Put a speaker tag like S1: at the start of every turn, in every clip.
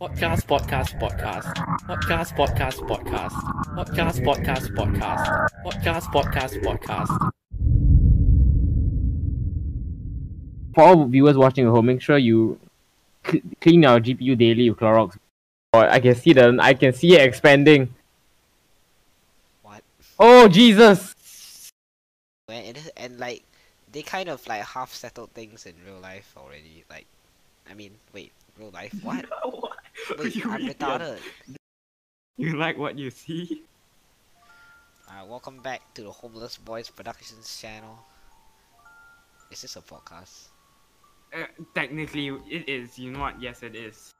S1: Podcast, podcast, podcast. Podcast, podcast, podcast. Podcast, podcast, podcast. Podcast, podcast, podcast.
S2: for all viewers watching at home, make sure you cl- clean your GPU daily with Clorox. Or I can see the I can see it expanding.
S3: What?
S2: Oh Jesus!
S3: And, it is- and like, they kind of like half settled things in real life already. Like, I mean, wait, real life? What?
S4: What?
S3: Wait,
S4: you
S3: I'm
S4: idiot.
S3: retarded.
S4: You like what you see?
S3: Uh, welcome back to the Homeless Boys Productions channel. Is this a podcast?
S4: Uh, technically, it is. You know what? Yes, it is.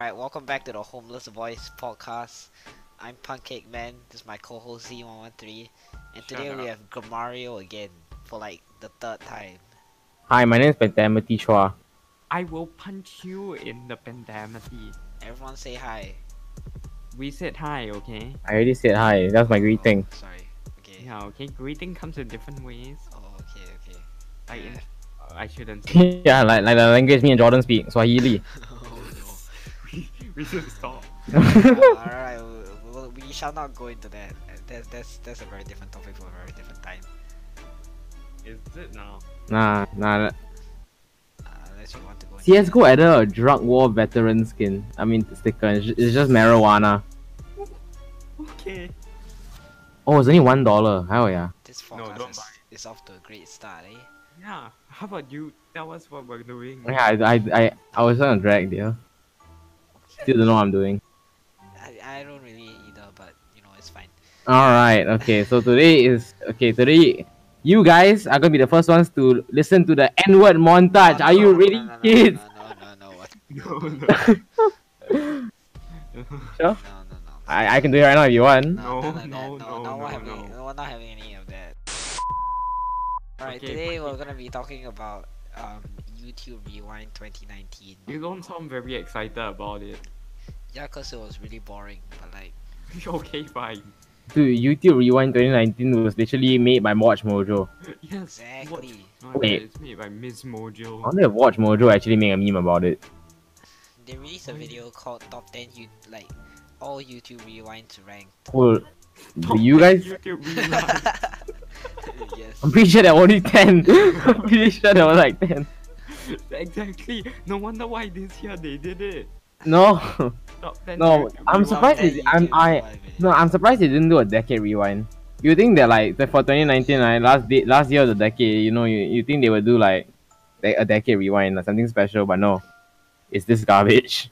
S3: Alright, welcome back to the Homeless Boys podcast. I'm Pancake Man, this is my co-host Z113, and today
S4: Shut up.
S3: we have Gramario again, for like the third time.
S2: Hi, my name is Pentamity Chua.
S4: I will punch you in the pentamity.
S3: Everyone say hi.
S4: We said hi, okay?
S2: I already said hi. That's my greeting.
S3: Oh, sorry. Okay.
S4: Yeah, okay. Greeting comes in different ways.
S3: Oh, okay, okay.
S4: Like, in, I shouldn't. say-
S2: yeah, like like the language me and Jordan speak Swahili.
S3: oh no.
S4: we should stop.
S3: Alright, we, we, we shall not go into that. Uh, That's, that's, that's a very different topic for a very different time.
S4: Is it now?
S2: nah, nah.
S3: Uh, unless you want to go into
S2: CS:GO added a drug war veteran skin. I mean sticker. It's ju- it's just marijuana.
S4: Okay.
S2: Oh, it's only one dollar. Hell yeah.
S3: This
S4: No,
S3: forecast
S4: don't
S3: is,
S4: buy
S3: is off to a great start, eh?
S4: Yeah. How about you tell us what we're doing?
S2: Yeah, I I I, I was on a drag deal. Still don't know what I'm doing.
S3: I, I don't really either, but you know, it's fine.
S2: All right. Okay. So today is okay. Today, you guys are gonna be the first ones to listen to the N-word montage.
S3: No,
S2: Are
S3: no,
S2: you
S3: no,
S2: ready,
S3: no, no, no,
S2: kids?
S3: No, no, no, no, what?
S4: No, no.
S3: No, no, no.
S2: I, I can do it right now if you want.
S4: No,
S3: No, none of that.
S4: no,
S3: no,
S4: no,
S3: no, we're
S4: no,
S3: having,
S4: no.
S3: we're not having any of that. Alright,
S4: Okay,
S3: today we're gonna be talking about um, YouTube Rewind 2019.
S4: you don't sound very excited about it.
S3: Yeah, cause it was really boring, but like,
S4: okay, fine.
S2: Dude, YouTube Rewind 2019 was literally made by Watch Mojo.
S4: Yes. what-
S3: exactly.
S4: No,
S2: Wait.
S4: It's made by Miss Mojo.
S2: I wonder if Watch Mojo actually made a meme about it.
S3: They released a video called Top 10 you like all YouTube Rewinds ranked.
S2: Cool. Do
S4: Top
S2: you guys?
S4: YouTube rewind.
S3: yes.
S2: I'm pretty sure there were only 10. I'm pretty sure there were like 10.
S4: Exactly. No wonder why this year they did it.
S2: No.
S4: Top 10
S2: No,
S4: YouTube rewind.
S2: I'm
S3: Top
S2: surprised
S3: 10
S2: it-
S3: YouTube
S2: I'm- I-
S3: Rewind videos.
S2: No, I'm surprised they didn't do a decade rewind. You think that like that for 2019, like last day, last year of the decade, you know, you, you think they would do like de- a decade rewind or something special, but no, it's this garbage.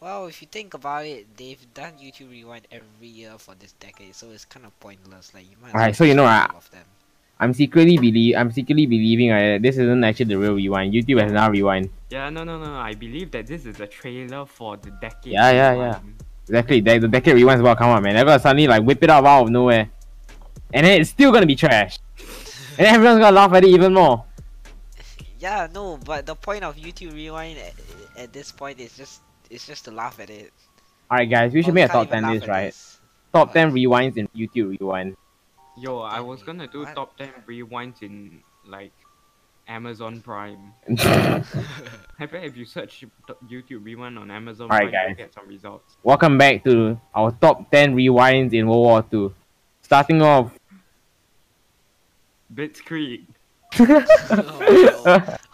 S3: Well, if you think about it, they've done YouTube Rewind every year for this decade, so it's kind of pointless. Like you might. as
S2: Alright,
S3: well
S2: so you know,
S3: just
S2: I-
S3: all of them.
S2: I'm secretly believe I'm secretly believing uh, this isn't actually the real rewind. YouTube has now rewind.
S4: Yeah, no, no, no. I believe that this is a trailer for the decade.
S2: Yeah, yeah,
S4: rewind.
S2: Exactly, the, the decade rewind is about to come out, man. They're gonna suddenly like whip it up out of nowhere, and then it's still gonna be trash, and then everyone's gonna laugh at it even more.
S3: Yeah, no, but the point of YouTube Rewind at, at this point is just it's just to laugh at it.
S2: All right, guys, we should
S3: Oh,
S2: make a
S3: can't
S2: top
S3: even
S2: ten
S3: laugh at
S2: list, right?
S3: this.
S2: Top ten rewinds in YouTube rewind.
S4: Yo, I
S3: 10
S4: was gonna do
S3: rewind.
S4: top 10 rewinds in, like, Amazon Prime. I bet if you search t- YouTube rewind on Amazon
S2: Alright,
S4: Prime, you'll
S2: guys.
S4: get some results.
S2: Welcome back to our top 10 rewinds in World War II. Starting off,
S4: Blitzkrieg.
S3: oh, no.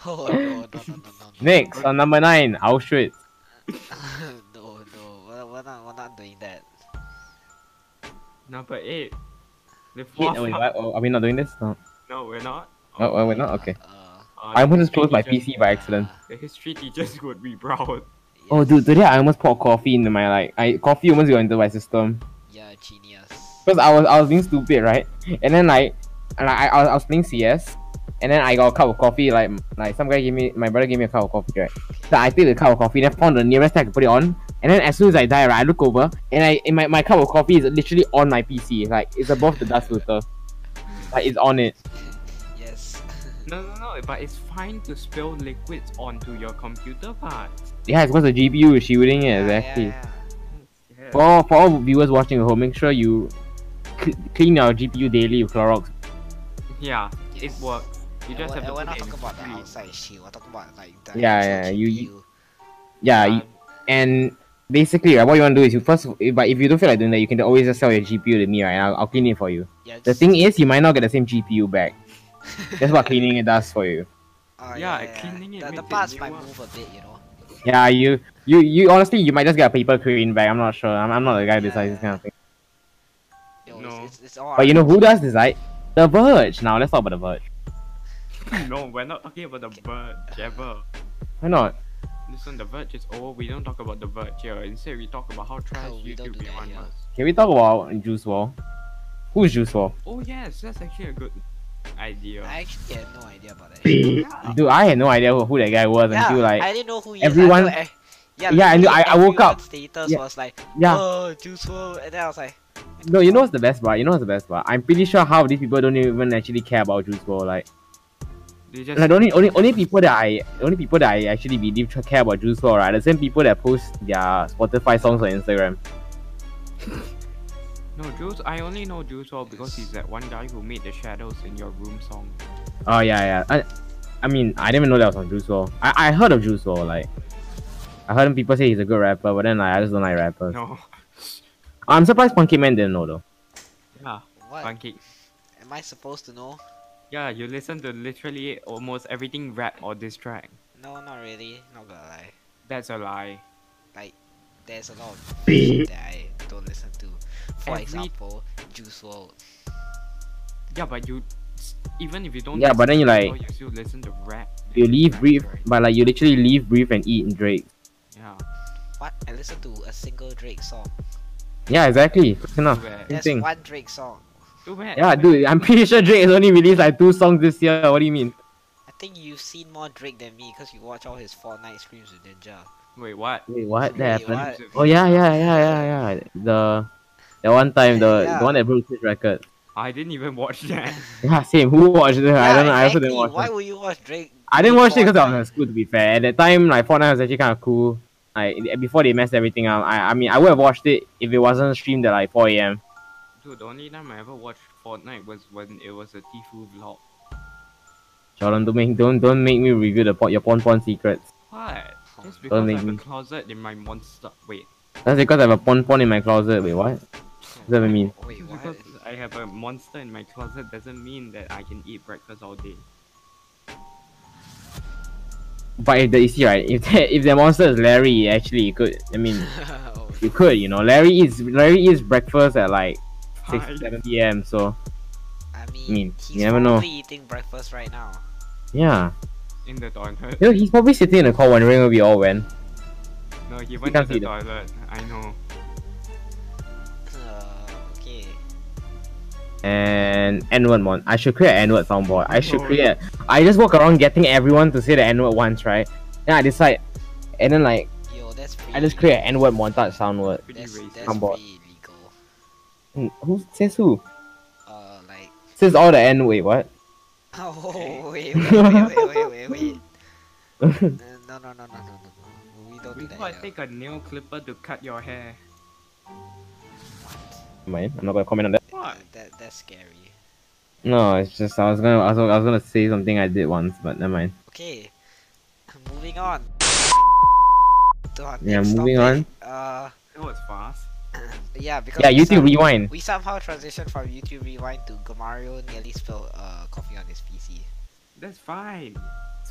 S3: oh no, no, no, no, no, no.
S2: next on number 9, Auschwitz.
S3: no, no, we're, we're not, we're not doing that.
S4: Number 8. The
S2: Wait,
S4: fourth
S2: oh, wait,
S4: one-
S2: what? Oh, are we not doing this? No.
S4: No, we're not.
S2: Oh, oh, we're not? Okay.
S3: Uh,
S4: Uh,
S2: I
S4: the
S2: almost closed my
S4: history teachers-
S2: PC by accident.
S3: uh,
S4: The history teachers would be proud.
S2: Oh,
S3: yes.
S2: dude, today I almost poured coffee into my, like, I coffee almost got into my system.
S3: Yeah, genius.
S2: Because I was, I was being stupid, right? And then, like, and I, I, was, I was playing CS. And then I got a cup of coffee, like, like some guy gave me, my brother gave me a cup of coffee, right? So I take the cup of coffee, then found the nearest thing I could put it on. And then as soon as I die, right, I look over, and I and my, my cup of coffee is literally on my PC. Like, it's above the dust filter. Like, it's on it.
S3: Yes.
S4: No, no, no, but it's fine to spill liquids onto your computer parts.
S2: Yeah, it's because the GPU is shielding it, exactly.
S3: Yeah, yeah.
S4: Yeah.
S2: For, all, for all viewers watching at home, make sure you cl- clean your GPU daily with Clorox.
S4: Yeah, it
S3: Yes.
S4: works. You
S3: And
S4: just
S3: we're,
S4: have
S3: and
S4: to
S3: we're
S4: put
S3: not
S4: it in
S3: talking about the
S4: free.
S3: outside shit. We're talking about like the
S2: Yeah,
S3: actual
S2: yeah, you-
S3: GPU.
S2: Yeah,
S3: Um,
S2: you- and basically, right, what you want to do is you first, but if you don't feel like doing that, you can always just sell your GPU to me, right? And I'll, I'll clean it for you.
S3: yeah,
S2: The
S3: just-
S2: thing is, you might not get the same GPU back. That's what cleaning it does for you.
S3: Oh,
S4: Yeah, cleaning it
S3: The, the
S4: makes it
S3: parts
S4: new
S3: might
S4: one.
S3: move a bit, you know.
S2: Yeah, you, you, you. Honestly, you might just get a paper crane back. I'm not sure. I'm, I'm not the guy who decides this kind of thing.
S3: Yo,
S4: No.
S3: it's, it's, it's all
S2: But you know who does decide? The Verge. Now let's talk about the Verge.
S4: no, we're not talking about the verge ever.
S2: Why not?
S4: Listen, the verge is over. We don't talk about the verge here. Instead, we talk about how trash
S3: Oh, we don't
S4: YouTube
S3: do that
S4: V1
S3: here.
S4: was.
S2: Can we talk about Juice Wall? Who's Juice Wall?
S4: Oh yes, that's actually a good idea.
S3: I actually had no idea about that. yeah,
S2: Dude, I had no idea who, who that guy was until like,
S3: I didn't know who he Is.
S2: everyone-
S3: I know, eh, yeah,
S2: Yeah, I knew-
S3: literally
S2: I- I woke up.
S3: everyone's Status
S2: Yeah.
S3: was like,
S2: yeah.
S3: oh, Juice WRLD, and then I was like,
S2: No, you know what's the best part? You know what's the best part? I'm pretty sure half of these people don't even actually care about Juice WRLD. Like,
S4: They just
S2: like only only only people that I only people that I actually believe tr- care about Juice WRLD are the same people that post their Spotify songs on Instagram.
S4: no Jules. I only know Jules well because he's that one guy who made the shadows in your room song.
S2: Oh yeah, yeah. I, I mean, I didn't even know that was on Juice WRLD. I, I heard of Juice WRLD. Like, I heard people say he's a good rapper, but then like, I just don't like rappers.
S4: No,
S2: I'm surprised Punky Man didn't know though.
S4: yeah,
S3: what
S4: Pancake.
S3: am I supposed to know?
S4: Yeah, you listen to literally almost everything rap or diss track.
S3: No, not really. Not gonna lie.
S4: That's a lie.
S3: There's a lot of shit that I don't listen to. For
S4: Every-
S3: example, Juice WRLD.
S4: Yeah, but you s- even if you don't.
S2: Yeah, but then
S4: listen
S2: you
S4: to
S2: like-
S4: Juice WRLD, you still listen to rap.
S2: You leave,
S4: Right,
S2: breathe,
S4: right.
S2: but like you literally leave, breathe, and eat and Drake.
S4: Yeah.
S3: What? I listened to a single Drake song.
S2: Yeah, exactly. Close Enough.
S4: Where?
S2: Same
S3: There's
S2: thing.
S3: one Drake song.
S4: Too bad.
S2: Yeah,
S4: too bad.
S2: dude, I'm pretty sure Drake has only released like two songs this year. What do you mean?
S3: I think you've seen more Drake than me because you watch all his Fortnite streams with Ninja.
S4: Wait, what?
S2: Wait, what? That
S3: Wait,
S2: happened?
S3: what?
S2: Oh yeah, yeah, yeah, yeah, yeah. The the one time the,
S3: Yeah.
S2: the one that broke his record.
S4: I didn't even watch that.
S2: Yeah, same. Who watched it? I don't. know. I also
S3: exactly.
S2: didn't watch
S3: Why
S2: it.
S3: would you watch Drake?
S2: I didn't watch it because I
S3: Fortnite?
S2: was in school. To be fair, at that time, like Fortnite was actually kind of cool. Like before they messed everything up. I, I mean, I would have watched it if it wasn't streamed at like 4 a.m.
S4: Dude, the only time I ever watched Fortnite was when it was a Tfue vlog.
S2: Jordan, don't make don't don't make me review the pon- your porn porn secrets.
S4: What?
S3: Oh,
S4: Just
S2: Don't
S4: because I
S2: make
S4: have a
S2: me-
S4: closet in my monster. Wait.
S2: That's because I have a porn porn in my closet. Wait, what? What does that mean?
S3: Wait,
S4: Just
S3: what?
S4: because I have a monster in my closet doesn't mean that I can eat breakfast all day.
S2: But if the you see right, if the, if the monster is Larry, actually you could. I mean,
S3: Oh,
S2: you could. You know, Larry eats Larry eats breakfast at like six
S4: Fine.
S2: seven p.m. So
S3: I mean,
S2: mean,
S3: he's
S2: you never know.
S3: probably eating breakfast right now.
S2: yeah,
S4: In the toilet.
S2: you know, he's probably sitting in the car wondering where we all went.
S4: No, he went to
S2: can't
S4: the
S2: see them.
S4: toilet. I know.
S3: Uh, okay.
S2: And N word mon. I should create an N word soundboard. I should
S4: Oh,
S2: create. I just walk around getting everyone to say the N word once, right? Then I decide, and then like
S3: Yo, that's pretty.
S2: I just create an N word montage soundboard.
S4: Pretty
S3: That's,
S4: racist.
S3: that's
S2: I'm bored.
S3: pretty illegal.
S2: Hmm, Who says who?
S3: Uh, like.
S2: Says all the N. Wait, what?
S3: Oh, wait, wait, wait, wait, wait, wait, wait. Uh, No, no, no, no, no, no, no. We don't do
S4: Before I
S3: that. Here.
S4: take a nail clipper to cut your hair.
S2: Mind? I'm not gonna comment on that.
S4: What?
S3: That, that's scary.
S2: No, it's just I was gonna I was, I was gonna say something I did once, but never mind.
S3: Okay, moving on. To our
S2: Yeah,
S3: next
S2: moving
S3: topic. Uh,
S4: It was fast.
S3: yeah, because
S2: Yeah,
S3: we
S2: YouTube
S3: some-
S2: Rewind.
S3: We somehow transitioned from YouTube Rewind to Gomario nearly spilled uh, coffee on his PC.
S4: That's fine.
S2: It's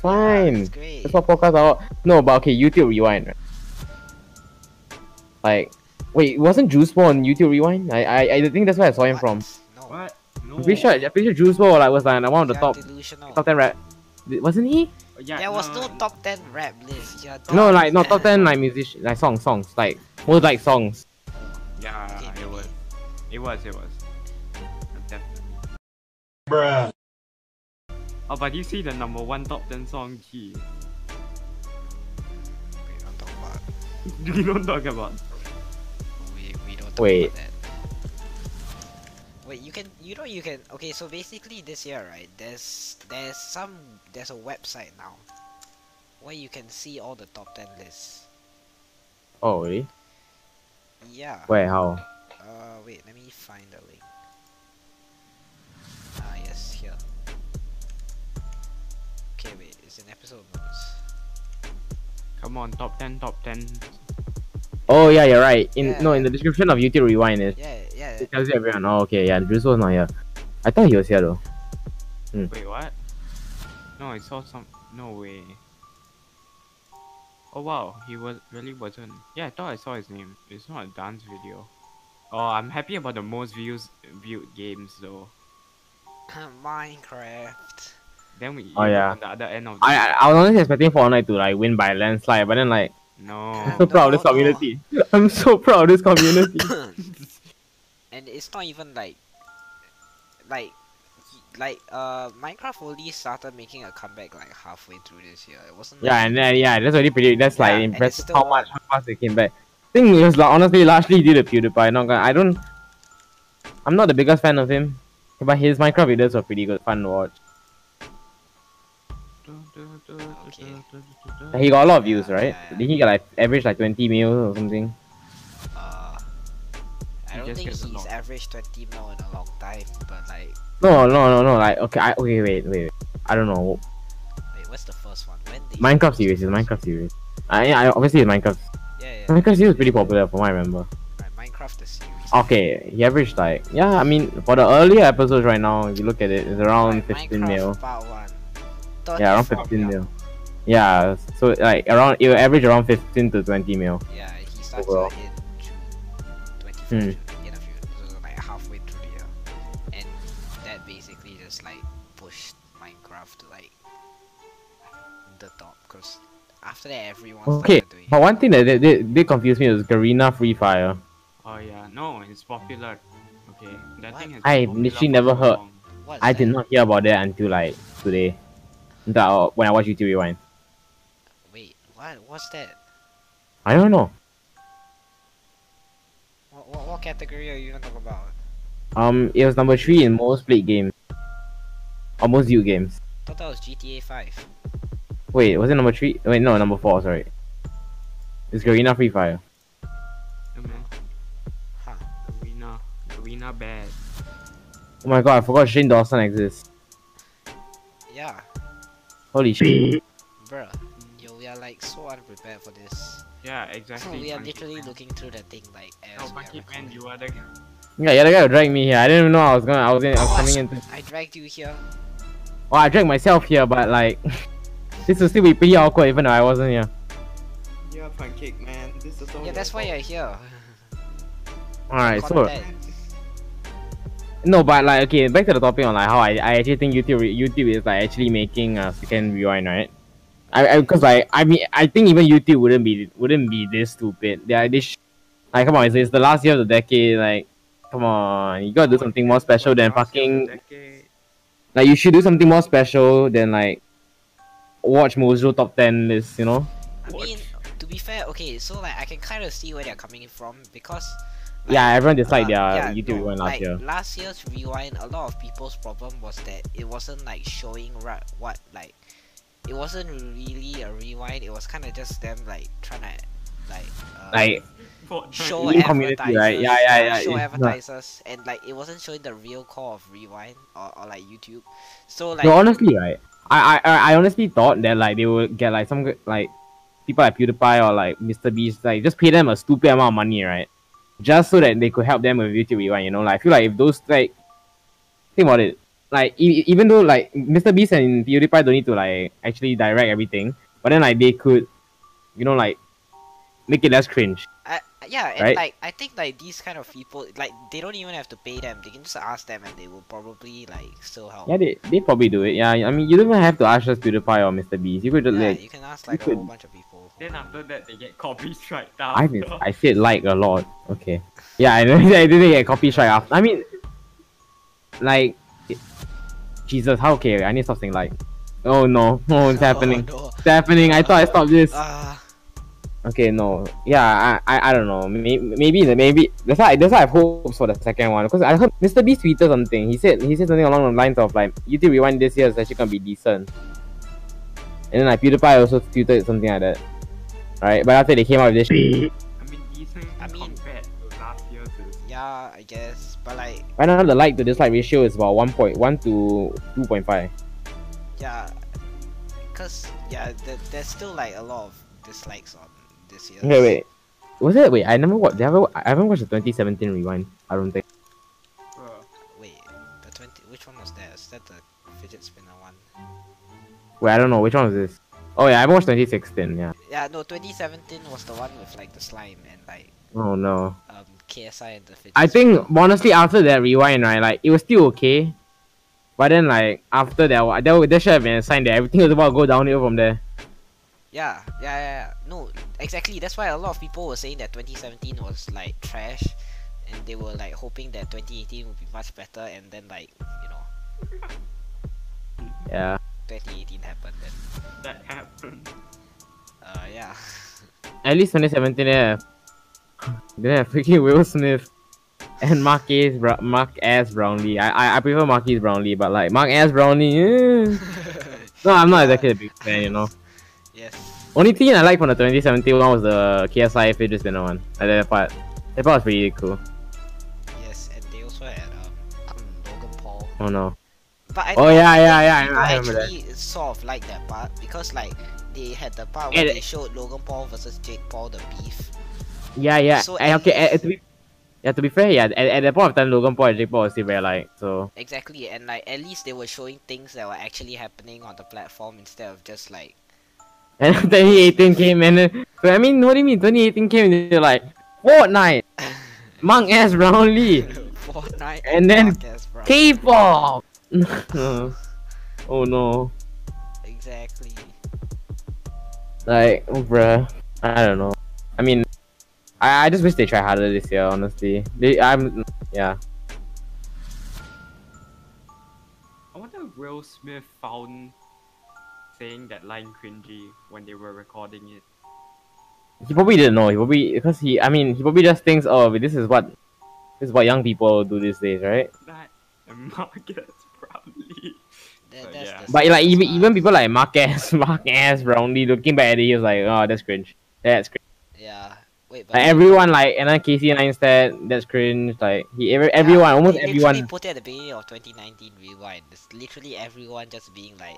S3: Yeah,
S2: fine.
S3: it's great.
S2: That's what podcasts are. all- uh, No, but okay, YouTube Rewind. right? Like, wait, wasn't Juice WRLD on YouTube Rewind? I, I, I think that's where I saw him
S3: What?
S2: from.
S3: No.
S4: What? No.
S2: I'm pretty sure, I'm pretty sure Juice WRLD like, was like one of the
S3: You're
S2: top,
S3: delusional.
S2: top ten rap. Wasn't he?
S4: Yeah,
S3: there was no top 10 rap list. You're
S2: No,
S3: dumb.
S2: like not top ten like musician, like songs, songs, like most like songs.
S4: Yeah,
S3: Okay,
S4: it
S3: maybe.
S4: was. It was, it was. Definitely.
S5: Bruh.
S4: Oh, but you see the number one top 10 song, G.
S3: We don't talk about,
S4: We don't talk about.
S3: we, we don't talk
S2: Wait.
S3: about that. Wait, you can, you know, you can. Okay, so basically this year, right? There's, there's some, there's a website now, where you can see all the top ten lists.
S2: Oh really?
S3: Yeah.
S2: Wait, how?
S3: Uh, wait, let me find the link. Ah, yes, here. Okay, wait, it's an episode notes.
S4: Come on, top ten, top ten.
S2: Oh yeah, you're right. In
S3: Yeah.
S2: no, in the description of YouTube Rewind it,
S3: Yeah, yeah.
S2: it tells you everyone. Oh okay, yeah, Drizzle was not here. I thought he was here though.
S4: Wait, what? No, I saw some. No way. Oh wow, he was really wasn't. Yeah, I thought I saw his name. It's not a dance video. Oh, I'm happy about the most views viewed games though.
S3: Minecraft.
S4: Then we.
S2: Oh,
S4: end
S2: yeah.
S4: On the other end of. The...
S2: I I, I was honestly expecting for Fortnite to like win by landslide, but then like I'm so
S4: No.
S3: No,
S2: proud of this
S3: no.
S2: community. I'm so proud of this community.
S3: and it's not even like, like, like uh, Minecraft only started making a comeback like halfway through this year. It wasn't.
S2: yeah,
S3: like-
S2: and then yeah, that's already pretty. That's
S3: Yeah,
S2: like
S3: and it's
S2: impressive
S3: still
S2: how
S3: on.
S2: much how fast they came back. I think it was like, honestly largely due to PewDiePie. Not gonna, I don't. I'm not the biggest fan of him, but his Minecraft videos were pretty good, fun to watch.
S4: Okay.
S2: He got a lot of views,
S3: Yeah,
S2: right?
S3: yeah, yeah.
S2: Did he get like average like 20 mil or something?
S3: Uh, I
S4: He
S3: don't
S4: just
S3: think
S4: gets a
S3: he's
S4: lot.
S3: averaged twenty mil in a long time, but like,
S2: No, no, no, no. Like okay, I okay, wait, wait. wait. I don't know.
S3: wait, what's the first one? When did
S2: Minecraft series is Minecraft series. I, I obviously it's Minecraft.
S3: Yeah, yeah.
S2: Minecraft series is pretty popular from what I remember.
S3: Right, Minecraft the series.
S2: Okay, he averaged like yeah. I mean, for the earlier episodes right now, if you look at it, it's around
S3: Right,
S2: 15
S3: Minecraft
S2: mil.
S3: Part one.
S2: Yeah, around
S3: 34
S2: 15 mil. Yeah, so like around it will average around 15 to 20 mil.
S3: Yeah, he started
S2: Overall.
S3: like in June, 24th
S2: Hmm.
S3: June, end of June, so like halfway through the year, and that basically just like pushed Minecraft to like the top because after that everyone
S2: Okay,
S3: started doing.
S2: but one thing that they, they, they confused me was Garena Free Fire.
S4: Oh yeah, no, it's popular. Okay, that
S3: What?
S4: thing has
S2: I
S4: been popular
S2: literally
S4: for
S2: never
S4: so
S2: heard.
S4: long.
S3: it. What is
S2: I
S3: that?
S2: did not hear about that until like today, until I- when I watched YouTube Rewind.
S3: Wait, what? What's that?
S2: I don't know.
S3: What, what, what category are you gonna talk about?
S2: Um, it was number three in most played games, or most viewed games.
S3: Thought that was GTA 5.
S2: Wait, was it number three? Wait, no, number four. Sorry, it's Garena Free Fire.
S4: Come on,
S3: Huh.
S4: Arena, Arena bad.
S2: Oh my god, I forgot Shane Dawson exists.
S3: Yeah,
S2: Holy shit!
S3: bruh. Yo, we are like so unprepared for this.
S4: Yeah, exactly.
S3: Oh, we are
S4: Monkey
S3: literally
S4: Man.
S3: looking through the thing like as
S4: No,
S3: we are
S4: Monkey Man,
S3: recording.
S4: you are the
S2: Yeah, yeah, the guy who dragged me here. I didn't even know I was gonna. I was, in, I was coming in.
S3: I dragged you here.
S2: Oh, I dragged myself here, but like, this will still be pretty awkward even though I wasn't here.
S4: Yeah, pancake man. This is all.
S3: Yeah, that's why you're here.
S2: Alright, so
S3: Content.
S2: no, but like, okay, back to the topic on like how I, I actually think YouTube re- YouTube is like actually making a second rewind, right? I because like I mean I think even YouTube wouldn't be wouldn't be this stupid. Yeah, they sh- like come on, it's, it's the last year of the decade. Like, come on, you gotta do something more special than fucking Like you should do something more special than like watch Mojo top ten list, you know?
S3: I
S4: What?
S3: mean, to be fair, okay, so like I can kind of see where they're coming from because
S2: Yeah, everyone disliked
S3: uh,
S2: their
S3: yeah,
S2: YouTube
S3: no,
S2: one last
S3: like,
S2: year.
S3: Last year's rewind, a lot of people's problem was that it wasn't like showing right what like it wasn't really a rewind. It was kind of just them like trying to like uh,
S2: Like
S3: show
S2: New
S3: advertisers,
S2: community, right? Yeah, yeah, yeah,
S3: show
S2: it's
S3: advertisers, and like it wasn't showing the real core of rewind or, or like YouTube. So like
S2: no, honestly, right? I, I- I I honestly thought that like they would get like some good- like people like PewDiePie or like Mr Beast like just pay them a stupid amount of money, right? Just so that they could help them with YouTube Rewind, you know. Like I feel like if those like think about it, like e- even though like Mr Beast and PewDiePie don't need to like actually direct everything, but then like they could, you know, like make it less cringe.
S3: I, yeah, and
S2: Right?
S3: like I think like these kind of people, like they don't even have to pay them. They can just ask them, and they will probably like still help.
S2: Yeah, they they probably do it. Yeah, I mean you don't even have to ask just PewDiePie or Mr Beast. You could just
S3: Yeah,
S2: like
S3: you can ask like a
S2: could-
S3: whole bunch of people.
S4: Then after that, they get copyright down.
S2: I did, I said like a lot. Okay. Yeah, I, know, I didn't get copy strike after. I mean, like, it- Jesus, how okay? I need to stop saying like. Oh no! Oh, it's happening.
S3: Oh,
S2: It's happening. I thought I stopped this.
S3: no. Ah,
S2: Okay, no. Yeah, I, I, I don't know. Maybe, maybe, the- maybe. That's why, that's why I have hopes for the second one. Because I heard Mr. Beast tweeted something. He said, he said something along the lines of like, YouTube Rewind this year is actually gonna be decent. And then like PewDiePie also tweeted something like that. Right, but after they came out with this. Shit,
S4: I mean, decent
S3: I mean-
S4: compared to last year's. is-
S3: yeah, I guess, but like
S2: Right now, the like to dislike ratio is about 1.1 to 2.5.
S3: yeah, cause yeah, there, there's still like a lot of dislikes on this year.
S2: Okay, wait. Was it? Wait, I never watched. Never, wa- I haven't watched the 2017 rewind. I don't think.
S4: Bruh.
S3: Wait, the twenty. Which one was that? Is that the fidget spinner one?
S2: Wait, I don't know which one was this. Oh yeah, I watched 2016. Yeah.
S3: Yeah, no. Twenty seventeen was the one with like the slime and like
S2: Oh no.
S3: um KSI and the fidget.
S2: I
S3: spinner.
S2: think honestly, after that rewind, right, like it was still okay, but then like after that, wa- there, wa- there should have been a sign that everything was about to go downhill from there.
S3: Yeah, yeah, yeah, yeah. No, exactly. That's why a lot of people were saying that 2017 was like trash, and they were like hoping that 2018 would be much better, and then like you know,
S2: Yeah.
S3: 2018 happened, and
S4: That happened.
S3: uh, yeah.
S2: At least 2017, yeah. Then have freaking Will Smith and Mark A's Bra- Mark S Brownlee. I, I I prefer Mark A's Brownlee, but like Mark S Brownlee. eh. No, I'm not exactly a big fan, you know.
S3: yes.
S2: Only thing I like from the 2017 one was the KSI Fidget Spinner one. I that part. That part was pretty cool.
S3: Yes, and they also had um, um Logan Paul.
S2: Oh no.
S3: But I
S2: Oh
S3: think
S2: yeah, yeah, yeah.
S3: people
S2: I, I remember that.
S3: actually sort of like that part because like they had the part
S2: Yeah,
S3: where
S2: that-
S3: they showed Logan Paul versus Jake Paul the beef.
S2: Yeah, yeah.
S3: So
S2: eh,
S3: at
S2: okay, eh, eh, to be yeah, to be fair, yeah. At, at that point of time, Logan Paul and Jake Paul were still very like so.
S3: Exactly, and like at least they were showing things that were actually happening on the platform instead of just like
S2: And 2018 came, and then, so I mean, what do you mean? 2018 came, and they're like Fortnite, Monk S Brownlee,
S3: Fortnite
S2: And then
S3: podcast, bro.
S2: K-pop. oh no,
S3: Exactly.
S2: like oh, bruh. I don't know. I mean, I, I just wish they try harder this year. Honestly, they I'm yeah.
S4: I wonder if Will Smith found saying that line cringy when they were recording it.
S2: He probably didn't know. He probably because he I mean he probably just thinks oh this is what this is what young people do these days, right?
S4: That and Marcus probably.
S3: That,
S4: So,
S3: that's
S4: yeah.
S3: the
S2: But like
S3: saddest
S2: even
S3: part.
S2: even people like Mark S, Mark S, Brownlee looking back at it, he was like, oh, that's cringe. That's cringe.
S3: yeah. Wait, but
S2: Like everyone like and then Casey Neistat, that's cringe. Like he every,
S3: yeah,
S2: everyone almost
S3: they
S2: everyone.
S3: Literally put it at the beginning of 2019 rewind. It's literally everyone just being like,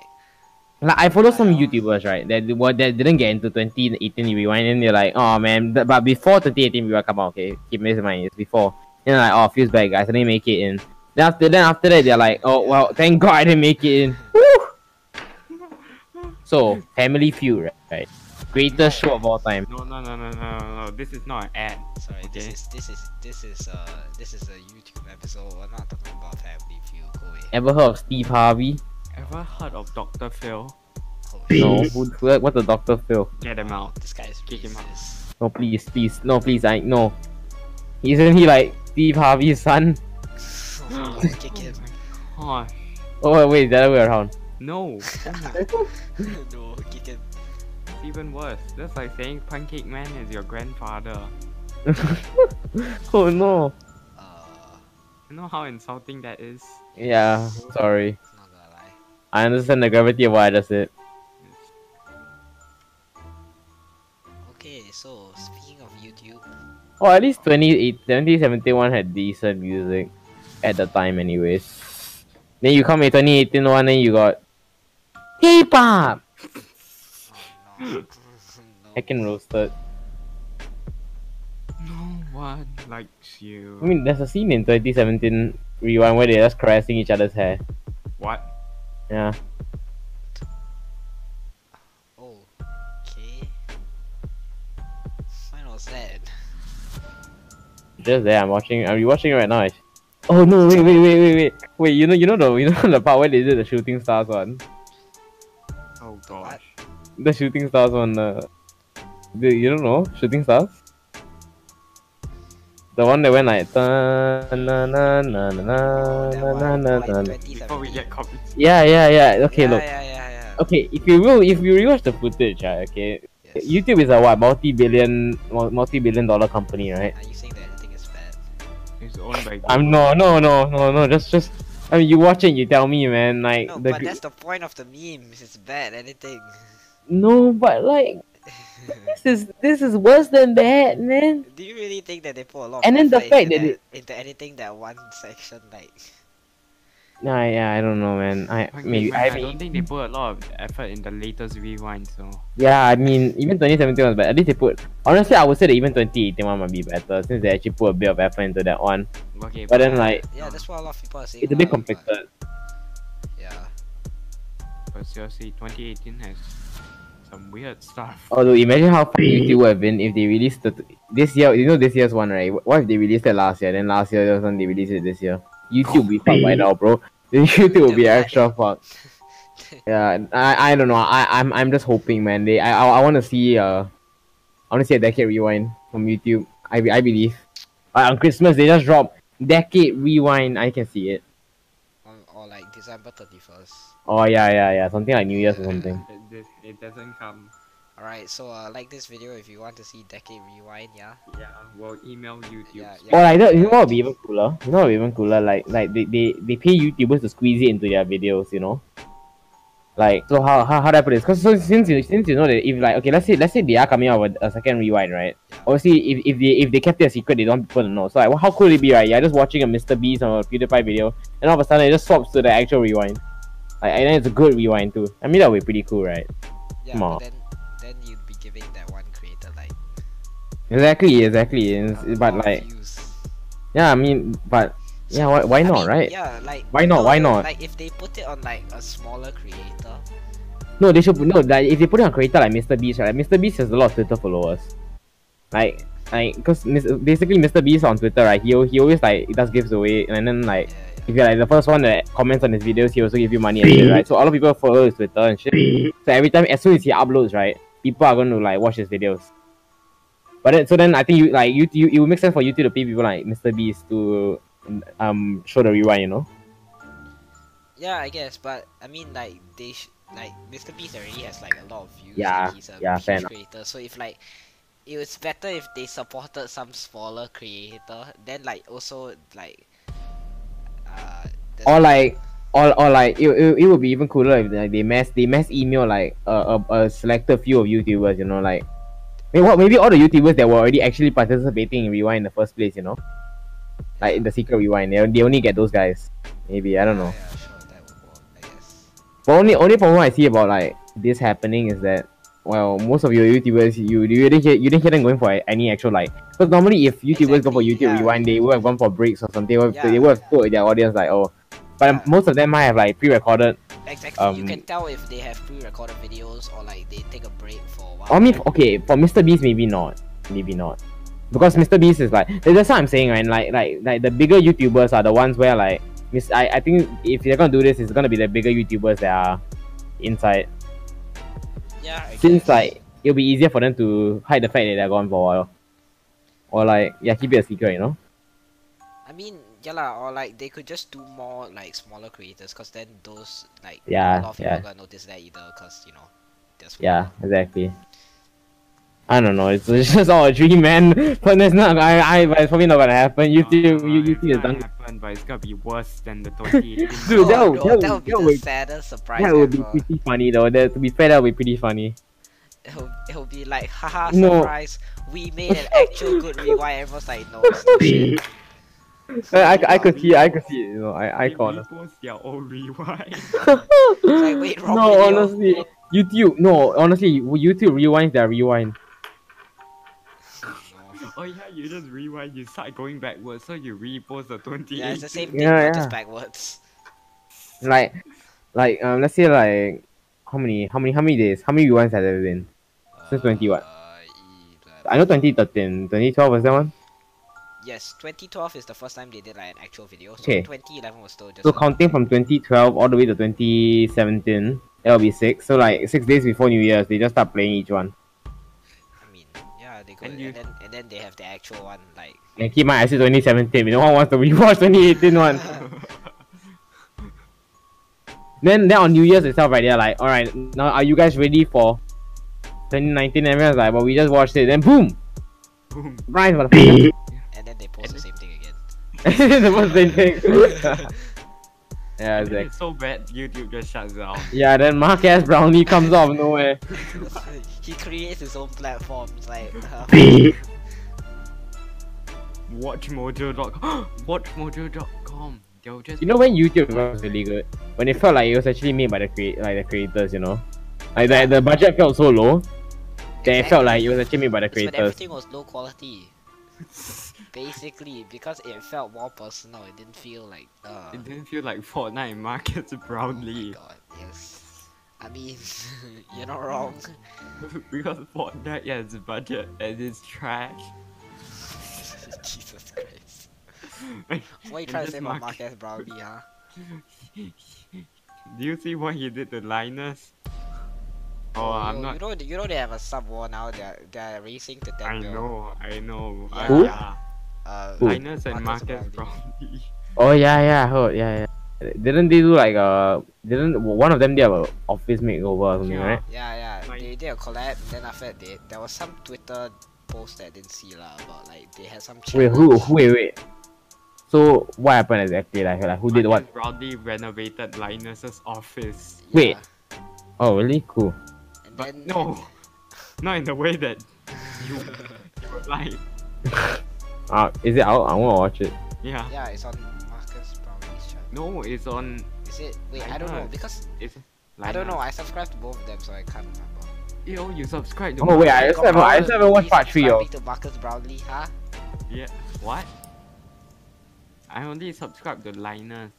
S2: Like I follow some
S3: I know.
S2: YouTubers right that what that didn't get into 2018 rewind and they're like, oh man, th- but before 2018 rewind come out, okay, keep this in mind. It's before. And like, oh, feels bad, guys. I didn't make it in. Then after then after that they're like, oh well, thank God I didn't make it in. Woo! So Family Feud, right? right? Greatest show of all time.
S4: No, no, no, no, no, no, no. This is not an ad.
S3: sorry, this
S4: Okay.
S3: is this is this is uh this is a YouTube episode. We're not talking about Family Feud. Go away.
S2: Ever heard of Steve Harvey?
S4: Ever heard of Dr. Phil?
S3: Go away.
S2: No. Who, who- what the doctor feel?
S4: Get him out.
S3: This guy's
S4: Kick him out.
S3: racist.
S2: No, please, please, no, please, I no. Isn't he like Steve Harvey's son?
S3: Oh, no, kick him.
S4: Gosh.
S2: Oh wait, the other way around.
S4: No. Oh my
S3: no, kick him.
S4: It's even worse. That's like saying Pancake Man is your grandfather.
S2: oh no.
S3: Uh,
S4: You know how insulting that is?
S2: Yeah, sorry.
S3: not gonna lie.
S2: I understand the gravity of what I just said.
S4: It's-
S3: Okay, so speaking of YouTube,
S2: Oh, at least 2018 2071 had decent music at the time, anyways. Then you come in 2018 one, and you got K-pop.
S3: oh no, no.
S2: I can roasted.
S4: No one likes
S2: I
S4: you.
S2: mean, there's a scene in 2017 rewind where they're just caressing each other's hair.
S4: What?
S2: Yeah.
S3: Oh, okay. When was that?
S2: just there. I'm watching. I'm watching right now. actually. Oh no! Wait, wait, wait, wait, wait, wait. You know, you know the, you know the part where they did the shooting stars one,
S4: Oh gosh.
S2: the shooting stars one. Uh, the, you don't know shooting stars. The one that went like na na na na na
S3: Oh, that
S2: Uh,
S3: one,
S2: na na
S3: like
S2: na.
S3: 2017.
S4: Before we get copies.
S2: Yeah, yeah, yeah. Okay,
S3: yeah,
S2: look.
S3: Yeah, yeah, yeah.
S2: Okay, if you will, if you rewatch the footage, right, okay,
S3: Yes.
S2: YouTube is a what multi-billion, mul- multi-billion dollar company, right?
S3: Are you saying that I think it's bad?
S4: It's owned by
S2: I'm no, no, no, no, no. Just, just. I mean, you watch it, you tell me, man. Like
S3: No,
S2: the
S3: but
S2: gr-
S3: that's the point of the meme. is It's bad. Anything.
S2: no, but like this is this is worse than that, man.
S3: Do you really think that they put a lot? Of
S2: And then the
S3: effort
S2: fact
S3: into
S2: that
S3: into anything that one section like?
S2: Nah, yeah, I don't know, man. I
S4: Fuck,
S2: maybe
S4: man,
S2: I,
S4: I
S2: mean,
S4: don't think they put a lot of effort in the latest rewind, so
S2: yeah, I mean, even 2017 was bad. At least they put. Honestly, I would say that even 2018 one might be better since they actually put a bit of effort into that one.
S4: okay.
S2: But then like,
S3: Yeah, that's what a lot of people are saying.
S2: Ah. it's a
S3: lah,
S2: bit
S3: but-
S2: complicated.
S3: Yeah.
S4: But seriously, 2018 has some weird stuff.
S2: Although, imagine how fun YouTube would have been if they released the this year. You know, this year's one, right? What if they released it last year? Then last year, there was one they released it this year. YouTube be fucked by now, bro. YouTube will be extra fucked. Yeah, I, I don't know. I I'm I'm just hoping, man. They I I, I want to see uh, I want to see a decade rewind from YouTube. I be- I believe. Uh, on Christmas they just drop decade rewind. I can see it.
S3: Or, or like December 31st.
S2: Oh yeah yeah yeah, something like New Year's or something.
S4: It, this, it doesn't come.
S3: Alright, so uh, like this video if you want to see Decade Rewind, yeah?
S4: Yeah, well, email YouTube.
S3: Yeah, yeah.
S2: Or like that, you know what would be even cooler? You know what would be even cooler? Like like they, they, they pay YouTubers to squeeze it into their videos, you know? Like so how how, how do I put this? Cause so since you since you know that if like okay let's say let's say they are coming out with a second rewind, right?
S3: Yeah.
S2: Obviously if, if they if they kept it a secret they don't want people to know. So like well, how cool would it be, right? You're just watching a Mr. Beast or a PewDiePie video and all of a sudden it just swaps to the actual rewind. Like and then it's a good rewind too. I mean that would be pretty cool, right?
S3: Yeah,
S2: Come
S3: but
S2: on.
S3: then then you'd be giving that one creator like
S2: Exactly, exactly. It's-
S3: a
S2: but
S3: lot of
S2: like
S3: views.
S2: yeah, I mean but yeah, why, why
S3: I
S2: not,
S3: mean,
S2: right?
S3: Yeah, like
S2: Why not?
S3: no,
S2: Why not?
S3: Like if they put it on like a smaller creator.
S2: No, they should no. Like, if they put it on creator like Mr. Beast, right? Mr. Beast has a lot of Twitter followers. Like, like, cause mis- basically Mr. Beast on Twitter, right? He al- he always like does gives away, and then like
S3: Yeah, yeah.
S2: if you're like the first one that comments on his videos, he also give you money and shit, right? So a lot of people follow his Twitter and shit. So every time, as soon as he uploads, right, people are going to like watch his videos. But then, so then I think you like you, you it would make sense for you to pay people like Mr. Beast to um show the rewind, you know?
S3: Yeah, I guess, but I mean like they sh- like Mr Beast already has like a lot of views. and
S2: Yeah,
S3: he's a
S2: yeah,
S3: huge
S2: fair enough.
S3: creator. So if like it was better if they supported some smaller creator, then like also like uh there's-
S2: Or like, or, or like it, it, it would be even cooler if like, they mass they mass email like a, a, a selected few of YouTubers, you know, like maybe what maybe all the YouTubers that were already actually participating in Rewind in the first place, you know, like in the secret Rewind, they, they only get those guys. Maybe I don't know.
S3: Yeah, sure, that would work, I guess.
S2: But only only problem I see about like this happening is that well most of your YouTubers you you didn't hear you didn't hear them going for any actual like because normally if YouTubers go for
S3: Exactly,
S2: YouTube
S3: yeah.
S2: Rewind they would have gone for breaks or something they would
S3: Yeah.
S2: they would have told their audience like oh but
S3: Yeah.
S2: most of them might have like pre-recorded
S3: Exactly, you
S2: Um,
S3: can tell if they have pre-recorded videos or like they take a break for a while.
S2: I mean, f- okay, for Mr. Beast, maybe not, maybe not, because Mr. Beast is like that- that's what I'm saying, right? Like, like, like the bigger YouTubers are the ones where like, mis- I, I think if they're gonna do this, it's gonna be the bigger YouTubers that are inside.
S3: yeah, I
S2: Since
S3: guess.
S2: like it'll be easier for them to hide the fact that they're gone for a while, or like yeah, keep it a secret, you know?
S3: I mean, yeah lah, or like they could just do more like smaller creators, cause then those like
S2: Yeah,
S3: a lot of
S2: yeah.
S3: people gonna notice that either, cause you know, that's
S2: Yeah, exactly. I don't know. It's, it's just all a dream, man. But it's not. I, I. But it's probably not gonna happen. YouTube,
S4: Uh,
S3: Oh,
S2: you,
S4: it
S2: you, see
S4: might
S2: the dunk.
S4: happen, but it's gonna be worse than the 2018.
S3: oh,
S2: Dude, that
S3: no,
S2: would- that would-
S3: that would be the
S2: that would-
S3: saddest surprise
S2: That would be
S3: ever.
S2: pretty funny though. That to be fair, that would be pretty funny.
S3: It'll, it'll be like, haha,
S2: No.
S3: surprise, we made an actual good rewind. Everyone's like, no, it's no Oh, shit.
S2: I, I, I could see, I could see, it, you know, I, I
S4: They
S2: call. it.
S4: repost their own rewind.
S3: like, wait, wrong
S2: no,
S3: video.
S2: honestly, YouTube, no, honestly, YouTube rewinds their rewind.
S3: No.
S4: oh yeah, you just rewind. You start going backwards, so you repost the 2018.
S3: Yeah, it's the same thing,
S2: Yeah,
S3: but just
S2: yeah.
S3: backwards.
S2: Like, like, um, let's say like, how many, how many, how many days, how many rewinds have there been? Since 20 what?
S3: Uh, eleven.
S2: I know 2013, 2012 was that one.
S3: Yes, 2012 is the first time they did like an actual video. So
S2: Okay.
S3: 2011 was still just.
S2: So
S3: a-
S2: counting from 2012 all the way to 2017, that'll be six. So like six days before New Year's, they just start playing each one.
S3: I mean, yeah, they go
S4: And
S3: and,
S4: you-
S3: then and then they have the actual one like.
S2: And keep my eyes to 2017. No one wants to rewatch 2018 one. Then then on New Year's itself, right? They're like, all right, now are you guys ready for 2019? Everyone's like, but we just watched it. Then boom,
S4: Boom.
S2: right? motherfucker.
S3: And then they post the same thing again.
S2: it's the most same thing. yeah,
S4: And then
S2: exactly.
S4: It's so bad. YouTube just shuts down.
S2: Yeah, then Mark S. Brownie comes out of nowhere.
S3: he creates his own platforms like. uh,
S4: WatchMojo.com. WatchMojo.com. Yo, just
S2: You know when YouTube was really good? When it felt like it was actually made by the create like the creators, you know? Like the, the budget felt so low that it felt like it was actually made by the
S3: It's when
S2: creators.
S3: everything was low quality. Basically, because it felt more personal, it didn't feel like uh oh
S4: it didn't feel like Fortnite markets Brownlee
S3: God, yes. I mean, you're not wrong.
S4: because Fortnite has a budget and it's trash.
S3: Jesus Christ.
S4: Why
S3: Why you trying to say about Marquez Brownie, huh?
S4: Do you see what he did to Linus? Oh,
S3: you,
S4: I'm
S3: You
S4: not.
S3: know, you know they have a sub war now. They're they're racing to
S4: I
S3: Tango.
S4: know, I know.
S3: Yeah.
S2: Who?
S4: Ah,
S3: Uh,
S2: Who?
S4: Linus and Marcus
S3: Marcus
S4: Brownlee.
S2: Oh yeah, yeah, I heard, yeah, yeah. Didn't they do like uh didn't one of them did have a office makeover or something,
S4: Yeah.
S2: right?
S3: Yeah, yeah.
S4: Like-
S3: They did a collab. Then after that, they, there was some Twitter post that I didn't see lah about like they had some.
S2: Wait, who,
S3: challenge.
S2: who wait wait. So what happened exactly? Like, like who did what?
S4: Marcus Brownlee renovated Linus's office,
S3: Yeah,
S2: wait. Oh really? Cool.
S3: And
S4: but
S3: then,
S4: no, not in the way that you, you would like.
S2: Uh is it out? I wanna watch it.
S4: Yeah.
S3: Yeah, it's on Marcus Brownie's channel.
S4: No, it's on.
S3: Is it? Wait, I don't know
S4: Linus.
S3: because
S4: It's.
S3: I don't know.
S4: Linus.
S3: I subscribe to both of them, so I can't remember.
S4: Yo, you subscribe to.
S2: Oh wait, I
S4: Marcus-
S2: just haven't I just haven't watched part three of
S3: To Marcus Brownlee, huh?
S4: Yeah. What? I only subscribe to Linus.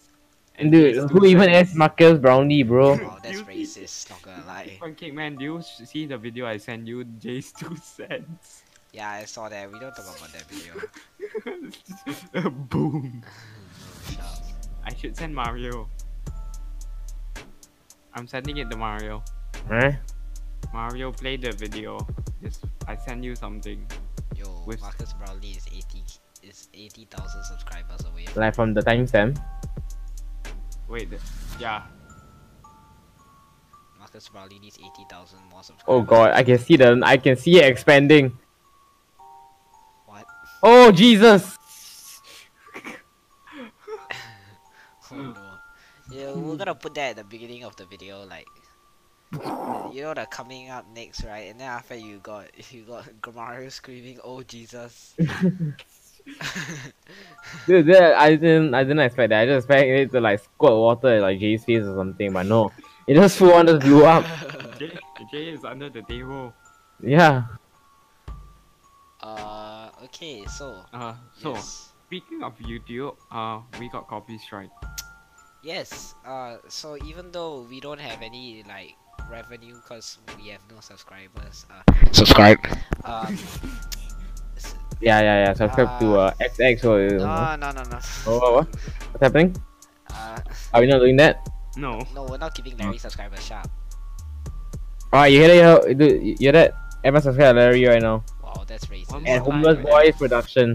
S2: Dude, who even asked Marcus Brownlee, bro?
S3: Oh, that's
S4: You-
S3: racist. Not gonna lie.
S4: Pancake man, do you s- see the video I sent you? Jay's two cents.
S3: Yeah, I saw that. We don't talk about that video.
S4: Boom.
S3: Shut up.
S4: I should send Mario. I'm sending it to Mario.
S2: Huh?
S4: Mario, play the video. Just, I send you something.
S3: Yo,
S4: With-
S3: Marcus Brownlee is eighty is eighty thousand subscribers away. From
S2: Like from the timestamp.
S4: Wait, th- yeah.
S3: Marcus Brownlee needs eighty thousand more subscribers.
S2: Oh god, I can see the I can see it expanding.
S3: What?
S2: Oh Jesus!
S3: Oh no. Yeah, we're gonna put that at the beginning of the video, like. You know the coming up next, right? And then after you got you got Mario screaming, "Oh Jesus!"
S2: Dude, that, I didn't I didn't expect that. I just expected it to like squirt water at like Jay's face or something, but no. It just full on just blew up.
S4: Jay, Jay is under the table.
S2: Yeah.
S3: Uh, okay, so
S4: Uh, so
S3: yes,
S4: speaking of YouTube, uh, we got copy strike.
S3: yes. Uh, so even though we don't have any like revenue because we have no subscribers, uh, subscribe. Um,
S2: Yeah, yeah, yeah. Subscribe to uh XX or
S3: No, no, no, no.
S2: Oh, what, what? What's happening?
S3: Uh,
S2: Are we not doing that?
S4: No.
S3: no, we're not giving Larry
S2: Oh.
S3: subscribers sharp.
S2: Alright, you hear that? Yo? Dude, you hear that? Everyone subscribe to Larry right now.
S3: Wow, that's racist.
S4: One
S2: And
S4: more
S2: Homeless
S4: time,
S2: Boys production.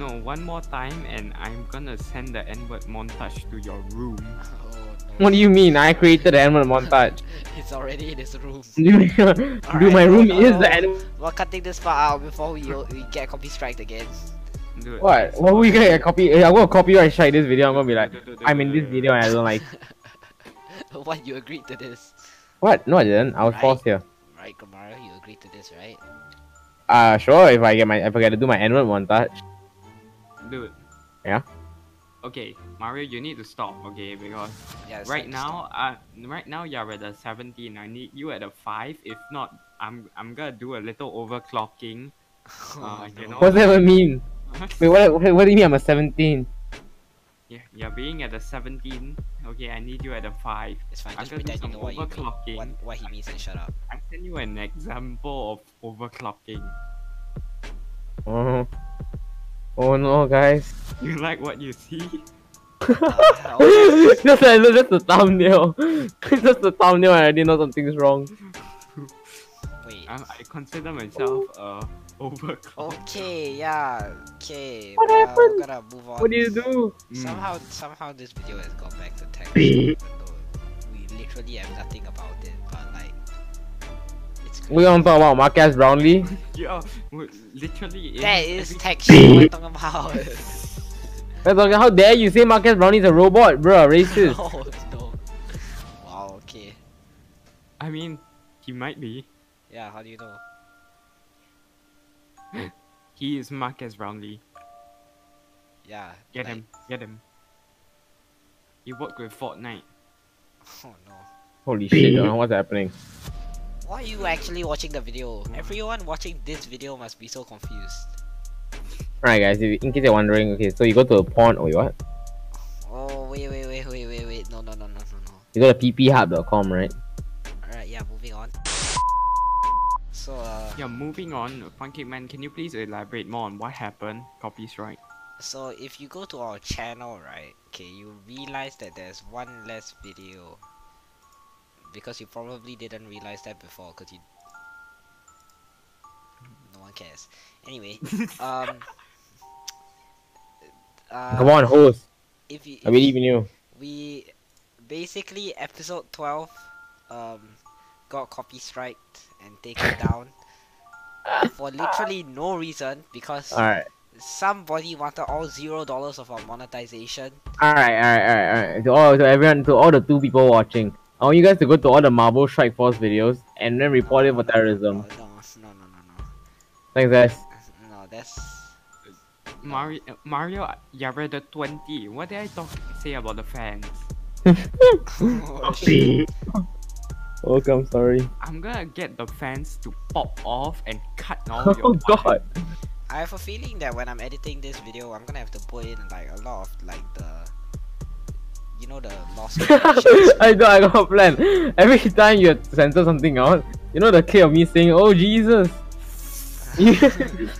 S4: No, one more time, and I'm gonna send the N-word montage to your room.
S3: Oh, no.
S2: What do you mean? I created the animal montage.
S3: It's already in his room.
S2: Dude,
S3: Alright,
S2: my room
S3: no,
S2: is
S3: no.
S2: the animal.
S3: We're cutting this part out before we, uh, we get copy strike again.
S4: Dude,
S2: What? What we gonna get copy? I'm gonna copyright strike this video. I'm gonna be like,
S4: Dude, dude, dude,
S2: I'm in
S4: dude, dude,
S2: this video
S4: dude.
S2: and I don't like.
S3: What you agreed to this,
S2: What? No, I didn't. I was forced here.
S3: right, Gamara? You agreed to this, right?
S2: Uh, sure. If I get my, if I get to do my animal montage.
S4: Dude.
S2: Yeah?
S4: Okay, Mario, you need to stop, okay? Because
S3: Yeah. it's
S4: right
S3: time to
S4: now, uh, right now you're at a 17. I need you at a five. If not, I'm I'm gonna do a little overclocking.
S3: stop.
S4: uh,
S3: Oh,
S4: you
S3: no.
S4: know.
S2: What's that even mean? Wait, what? What what do you mean? I'm a 17.
S4: yeah, you're being at a 17. Okay, I need you at a five.
S3: It's fine.
S4: I'm
S3: Just
S4: gonna do
S3: pretend you
S4: some
S3: know what you mean,
S4: overclocking.
S3: what, what he means, and shut up.
S4: I send you an example of overclocking.
S2: Oh. Oh no, guys.
S4: You like what you see?
S3: Uh, oh,
S2: that's, that's, that's the thumbnail. that's the thumbnail, and I didn't know something's wrong.
S3: wait.
S4: I, I consider myself a overclock.
S3: Oh, Okay. Yeah. Okay.
S2: What
S3: well,
S2: happened?
S3: We're gonna move on.
S2: What do you do?
S4: Mm.
S3: Somehow, somehow this video has gone back to text, even though we literally have nothing about it. But like, it's
S2: We gonna talk about Marcus Brownlee.
S4: Yeah, w- literally. in
S3: That is
S4: every-
S3: tech shit we're talking about.
S2: We're talking- How dare you say Marcus Brownlee's a robot, bro? Racist.
S3: oh no. Wow. Okay.
S4: I mean, he might be.
S3: Yeah. How do you know?
S4: He is Marcus Brownlee.
S3: Yeah.
S4: Get
S3: like,
S4: him. Get him. He worked with Fortnite.
S3: Oh no.
S2: Holy shit, Johan, what's happening?
S3: Why are you actually watching the video? Everyone watching this video must be so confused.
S2: Alright guys, if, in case you're wondering, okay, so you go to a porn, oh wait, what?
S3: Oh wait wait wait wait wait wait no no no no no no.
S2: You go to pphub.com, right?
S3: Alright yeah moving on. So uh
S4: Yeah, moving on. Pancake Man, can you please elaborate more on what happened? Copies right.
S3: so if you go to our channel right, okay you realize that there's one less video. Because you probably didn't realize that before because you no one cares. Anyway, um uh,
S2: Come on, host.
S3: if you,
S2: I
S3: if you-
S2: believe in you.
S3: we basically episode 12 um got copy striked and taken down for literally no reason because
S2: Alright.
S3: somebody wanted all zero dollars of our monetization
S2: Alright, alright, alright, alright. To all to everyone to all the two people watching. I want you guys to go to all the Marble Strike Force videos and then report it for terrorism.
S3: no no no no
S2: Thanks guys.
S3: no no that's
S4: Mario, Mario, you're the 20. What did I talk say about the fans?
S3: oh, shit.
S2: Okay, I'm sorry.
S4: I'm gonna get the fans to pop off and cut all your.
S2: Oh god.
S3: i have a feeling that when i'm editing this video i'm gonna have to put in like a lot of like the you know the lost connections.
S2: I know I got a plan. Every time you censor something out, you know the kid of me saying, "Oh Jesus," you,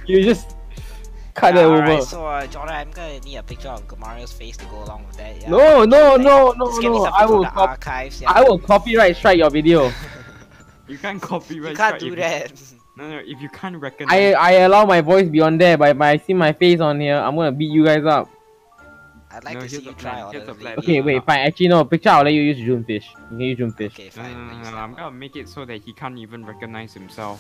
S2: you just cut it
S3: Yeah,
S2: over.
S3: alright, so uh, Jordan, I'm gonna need a picture of Mario's face to go along with that. Yeah.
S2: No, no,
S3: Like,
S2: no, no,
S3: just give me
S2: no,
S3: something
S2: I
S3: from
S2: will
S3: the
S2: cop-
S3: archives. Yeah.
S2: I will copyright strike your video.
S4: You can't copyright.
S3: You can't
S4: strike
S3: do
S4: if
S3: that.
S4: No, no, if you can't recognize.
S2: I I allow my voice beyond there, but if I see my face on here, I'm gonna beat you guys up.
S3: I'd like
S4: No,
S3: to see
S4: here's
S3: you
S4: the
S3: try
S4: plan,
S3: all
S4: here's the plan.
S2: Okay, wait, fine. Actually, no. Picture, I'll let you use Junefish. You can use Junefish.
S3: Okay,
S4: No, no,
S3: fine.
S4: no,
S3: we'll
S4: no,
S3: use
S4: I'm gonna make it so that he can't even recognize himself.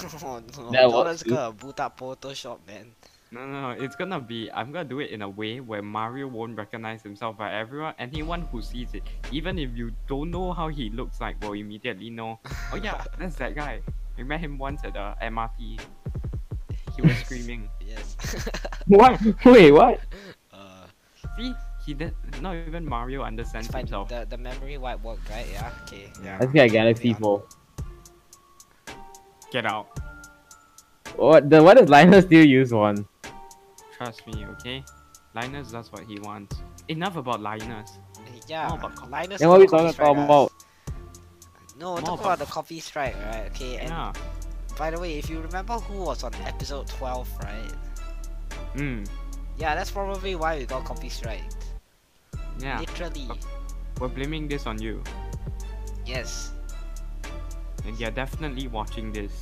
S3: that. oh, no,
S2: That
S3: Jordan's
S2: works too.
S3: gonna boot up Photoshop, man.
S4: No, no, no, it's gonna be. I'm gonna do it in a way where Mario won't recognize himself by everyone, anyone who sees it. Even if you don't know how he looks like, will immediately know. Oh, yeah, that's that guy. We met him once at uh, the MRT. He was screaming.
S3: Yes.
S2: What? Wait, what?
S3: uh,
S4: See, he did not even Mario understands
S3: it's fine.
S4: himself.
S3: The, the memory wipe worked, right? Yeah. Okay.
S4: Yeah.
S2: Let's get a Galaxy Four.
S4: Get out.
S2: What? The what does Linus still use one?
S4: Trust me, okay? Linus does what he wants. Enough about Linus.
S3: Yeah.
S4: More about copy.
S3: Linus.
S2: Then what we
S3: copy
S2: talking
S3: strike us.
S2: about?
S3: No,
S4: More
S3: we're talking
S4: about-
S3: about the copy strike, right? Okay. And
S4: Yeah.
S3: by the way, if you remember who was on episode 12, right?
S4: Mm.
S3: Yeah, that's probably why we got copy striked.
S4: Yeah.
S3: Literally.
S4: We're blaming this on you.
S3: Yes.
S4: And you're definitely watching this.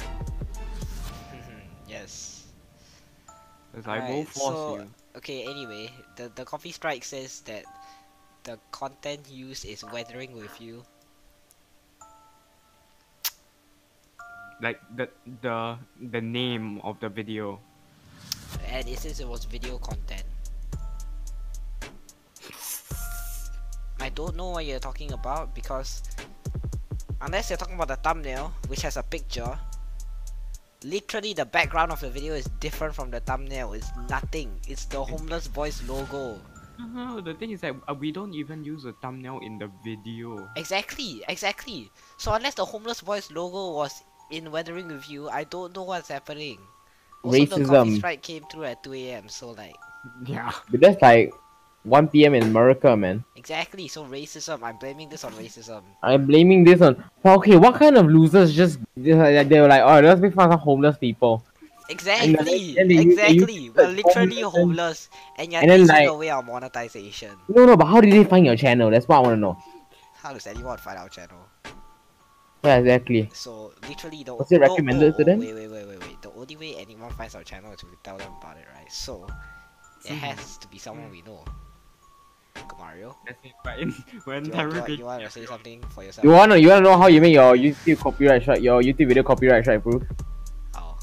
S3: yes.
S4: Because I will
S3: Alright,
S4: force
S3: so-
S4: you.
S3: Okay, anyway, the, the coffee strike says that the content used is weathering with you.
S4: Like the the the name of the video.
S3: And it says it was video content. I don't know what you're talking about because unless you're talking about the thumbnail, which has a picture, literally the background of the video is different from the thumbnail. It's nothing. It's the homeless boys logo.
S4: No, the thing is that uh, we don't even use a thumbnail in the video.
S3: Exactly, exactly. So unless the homeless boys logo was in weathering with you, I don't know what's happening. Also, the coffee
S2: Racism.
S3: strike came through at 2 a.m. So like,
S4: Yeah.
S2: But that's like 1 p.m. in America, man.
S3: exactly. So racism. I'm blaming this on racism.
S2: I'm blaming this on. Okay, what kind of losers just they they were like, oh, let's make fun of homeless people.
S3: Exactly,
S2: then they use- they use
S3: exactly. We're
S2: the
S3: literally
S2: homeless
S3: homeless,
S2: and-
S3: and you're
S2: and then,
S3: taking
S2: like-
S3: away our monetization.
S2: No, no, but how did they find your channel? That's what I want to know.
S3: How does anyone find our channel?
S2: Yeah, exactly.
S3: So literally, the
S2: Was it
S3: no,
S2: recommended
S3: oh,
S2: to
S3: oh,
S2: them?
S3: Wait, wait, wait, wait, wait. The only way anyone finds our channel is if we tell them about it, right? So
S4: Mhm.
S3: it
S2: Mm-hmm.
S3: has to be someone
S4: Mm.
S3: we know. Mario.
S4: That's it. But in, when
S3: Do you, want- do you want-
S4: everything.
S3: you want to say something for yourself?
S2: You wanna you wanna know how you make your YouTube copyright strike your YouTube video copyright strike proof?
S3: Oh,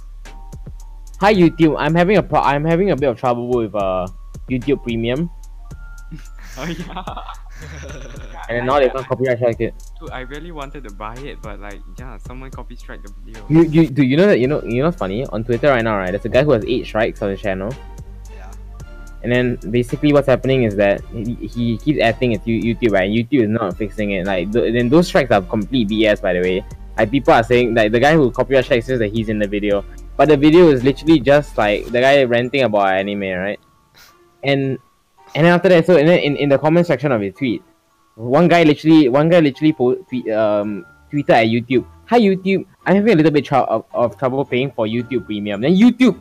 S2: Hi YouTube, I'm having a pro- I'm having a bit of trouble with uh YouTube Premium,
S4: Oh yeah.
S2: and then now they can't copyright strike it.
S4: Dude, I really wanted to buy it, but like, yeah, someone copy strike the video.
S2: You you do you know that you know you know what's funny on Twitter right now right? There's a guy who has eight strikes on his channel,
S3: yeah.
S2: and And then basically, what's happening is that he, he keeps acting at you- YouTube, right? And YouTube is not fixing it. Like th- then those strikes are complete BS, by the way. Like people are saying, like the guy who copyright strikes says that he's in the video, but the video is literally just like the guy ranting about anime, right? And and then after that, so and then in, in the comment section of his tweet, one guy literally one guy literally po- tweet, um tweeted at YouTube, "Hi YouTube, I'm having a little bit trou- of, of trouble paying for YouTube Premium." Then YouTube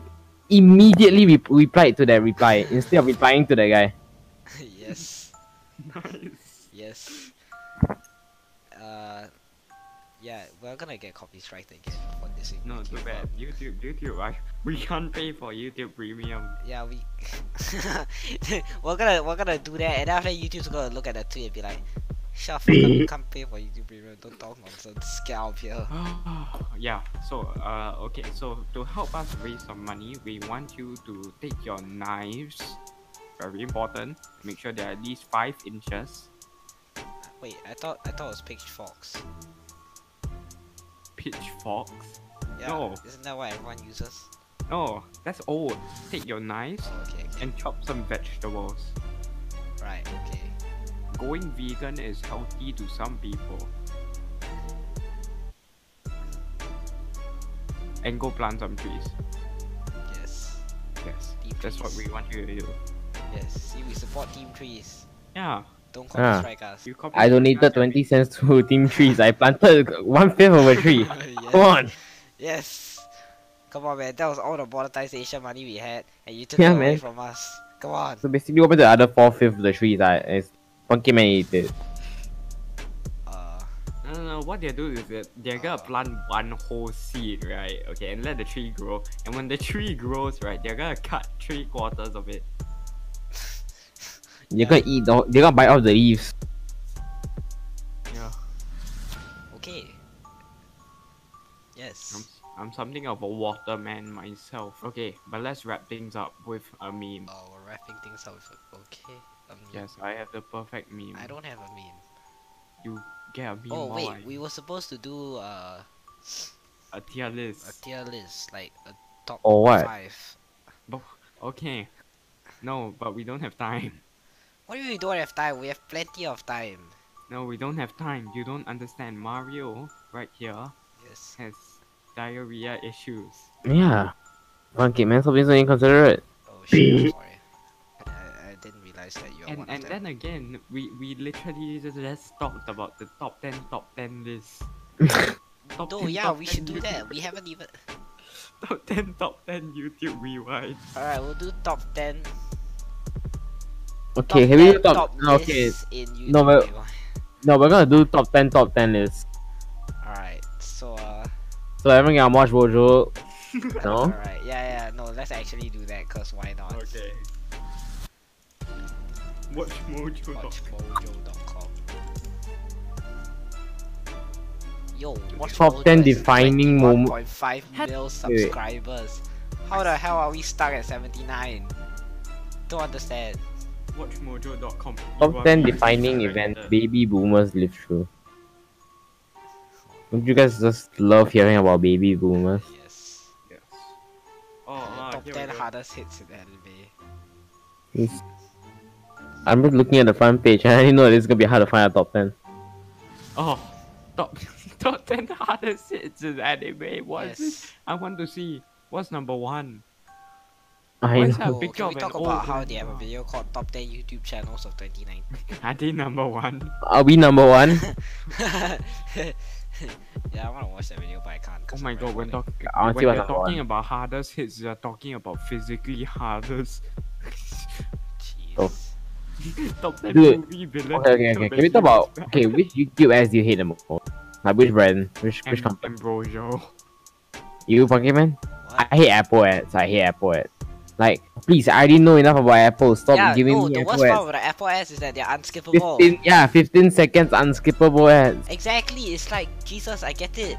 S2: immediately re- replied to that reply instead of replying to the guy.
S3: yes.
S4: Nice.
S3: Yes. Uh, yeah, we're gonna get copy strike again for this. if we
S4: No, too
S3: keep
S4: bad.
S3: up.
S4: YouTube, YouTube. I, we can't pay for YouTube Premium.
S3: Yeah, we we're gonna we're gonna do that, and after YouTube's gonna look at that tweet and be like, "Shut up, come, come pay for YouTube Premium. Don't talk nonsense. Get out of here."
S4: Ah, yeah. So, uh, okay. So to help us raise some money, we want you to take your knives. Very important. Make sure they're at least five inches.
S3: Wait, I thought I thought it was pitchforks.
S4: Pitchforks.
S3: Yeah,
S4: No.
S3: isn't that what everyone uses?
S4: No, that's old. Take your knives
S3: Oh, okay, okay.
S4: and chop some vegetables.
S3: right, okay.
S4: Going vegan is healthy to some people. And go plant some trees.
S3: Yes,
S4: Yes.
S3: Deep
S4: That's what
S3: trees.
S4: we want you to do.
S3: yes. See, we support Team Trees.
S4: Yeah.
S3: Don't copy
S2: Ah.
S3: strike us.
S4: You copy
S2: I donated
S4: Kakashi.
S2: twenty cents to Team Trees. I planted one fifth of a tree.
S3: Yes.
S2: Come on.
S3: Yes. Come on, man. That was all the monetization money we had, and you took
S2: Yeah,
S3: it away
S2: man.
S3: from us. Come on.
S2: So basically, what about the other four fifths of the trees? I it's Pokemon ate it.
S3: Uh,
S4: No, no, no. What they do is that they're gonna plant one whole seed, right? Okay, and let the tree grow. And when the tree grows, right, they're gonna cut three quarters of it.
S2: They're gonna eat. The, they're gonna bite off the leaves.
S4: Yeah.
S3: okay. Yes.
S4: I'm, I'm something of a waterman myself. Okay, but let's wrap things up with a meme.
S3: Oh, we're wrapping things up. with a- Okay. A meme.
S4: Yes, I have the perfect meme.
S3: I don't have a meme.
S4: You get a meme
S3: Oh
S4: while
S3: wait,
S4: I-
S3: we were supposed to do uh,
S4: a tier
S3: a
S4: list.
S3: tier list, like a top
S2: Or what?
S3: five.
S4: But, okay. No, but we don't have time.
S3: What do you mean we don't have time? We have plenty of time.
S4: No, we don't have time. You don't understand. Mario, right here,
S3: Yes.
S4: has diarrhea issues.
S2: Yeah. Fuck it, man. Something's so inconsiderate.
S3: Oh shit. I'm sorry. I, I didn't realize that you're
S4: and
S3: one
S4: and
S3: of them.
S4: then again, we we literally just, just talked about the top ten, top ten list. top
S3: No,
S4: 10,
S3: yeah,
S4: top
S3: we
S4: 10
S3: should do that.
S4: YouTube-
S3: We haven't even.
S4: Top ten, top ten YouTube rewind.
S3: Alright, we'll do top 10.
S2: Okay,
S3: top
S2: have we
S3: 10
S2: top? oh,
S3: top
S2: Okay,
S3: lists in YouTube.
S2: No, but- no, we're gonna do top ten, top ten list.
S3: Alright, so, uh.
S2: So everyone can watch Bojo. no.
S3: Alright, yeah, yeah, no, let's actually do that, because why not?
S4: Okay. Watch Mojo.
S3: WatchMojo.com. Yo, Watch
S2: Top
S3: Mojo
S2: 10
S3: has
S2: defining moment-
S3: 21.5 mil
S2: wait.
S3: subscribers. How the hell are we stuck at 79? Don't understand.
S4: WatchMojo.com. You
S2: Top
S4: are
S2: ten
S4: being
S2: defining
S4: directed.
S2: events baby boomers live through. Don't you guys just love hearing about baby boomers?
S3: Yes.
S4: Yes. Oh, ah,
S3: The top
S4: here we
S3: 10
S4: go.
S3: hardest hits in anime.
S2: It's- I'm just looking at the front page and I didn't know this is gonna be hard to find a top ten.
S4: Oh, top top ten hardest hits in anime. What is this?
S3: Yes.
S4: I want to see what's number one.
S2: I
S4: Why is
S2: know.
S4: that? picture
S3: can
S4: of
S3: we
S4: an
S3: talk
S4: old
S3: about how
S4: woman
S3: they have a
S4: now.
S3: video called Top 10 YouTube Channels of 2019?
S4: I did number one.
S2: Are we number one?
S3: yeah, I want to watch that video, but I can't.
S4: Oh
S3: 'cause
S4: my
S3: I'm
S4: god, when,
S3: recording.
S4: talk-
S2: I wanna
S4: when
S2: see what
S4: you're
S2: number
S4: talking about hardest hits, you're talking about physically hardest.
S2: Oh.
S3: Jeez.
S4: Top 10
S2: Dude,
S4: movie villain.
S2: Okay, okay, okay. Can we talk about okay which YouTube ads do you hate the most? Like which brand? Which which
S4: Am-
S2: company?
S4: Ambrosio.
S2: You Pokemon?
S3: What?
S2: I hate Apple ads. I hate Apple ads. Like please, I didn't know enough about Apple. Stop
S3: yeah,
S2: giving
S3: no,
S2: me
S3: the worst
S2: Apple ads.
S3: part with the Apple ads is that they're unskippable.
S2: 15, yeah, 15 seconds unskippable ads.
S3: Exactly, it's like, Jesus, I get it.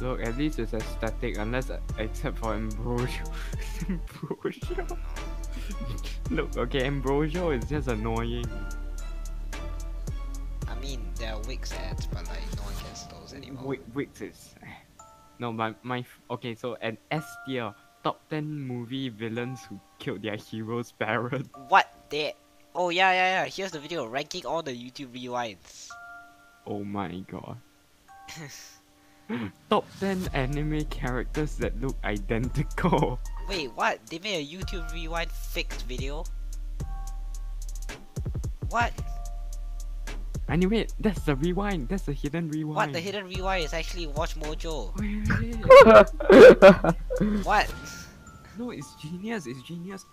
S4: Look, at least it's aesthetic, unless uh, except for Ambrosio. Ambrosio. Look, okay, Ambrosio is just annoying.
S3: I mean, there are Wix ads, but like, no one gets those anymore.
S4: Wait, wait, this. No, my my f- okay. So an S tier top ten movie villains who killed their heroes' parents.
S3: What the? Oh yeah, yeah, yeah. Here's the video ranking all the YouTube rewinds.
S4: Oh my god. top ten anime characters that look identical.
S3: Wait, what? They made a YouTube rewind fixed video. What?
S4: Anyway, that's the rewind. That's the hidden rewind.
S3: What the hidden rewind is actually Watch Mojo.
S4: Wait, wait, wait.
S3: What?
S4: No, it's genius. It's genius.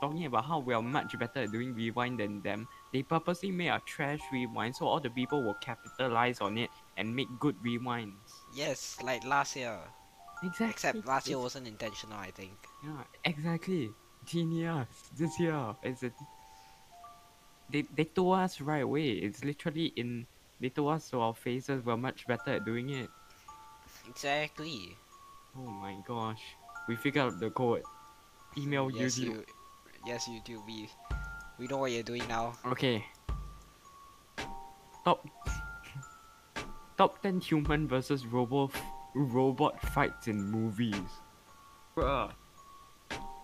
S4: Talking about how we are much better at doing rewind than them, they purposely made a trash rewind so all the people will capitalize on it and make good rewinds.
S3: Yes, like last year.
S4: Exactly.
S3: Except last year
S4: It's-
S3: wasn't intentional, I think.
S4: Yeah, exactly. Genius. This year, it's a. They they told us right away. It's literally in. They told us so our faces were much better at doing it.
S3: Exactly.
S4: Oh my gosh, we figured out the code. Email
S3: yes,
S4: YouTube.
S3: you. Yes, you do. We, we know what you're doing now.
S4: Okay. Top Top 10 human versus robo robot fights in movies. Bruh.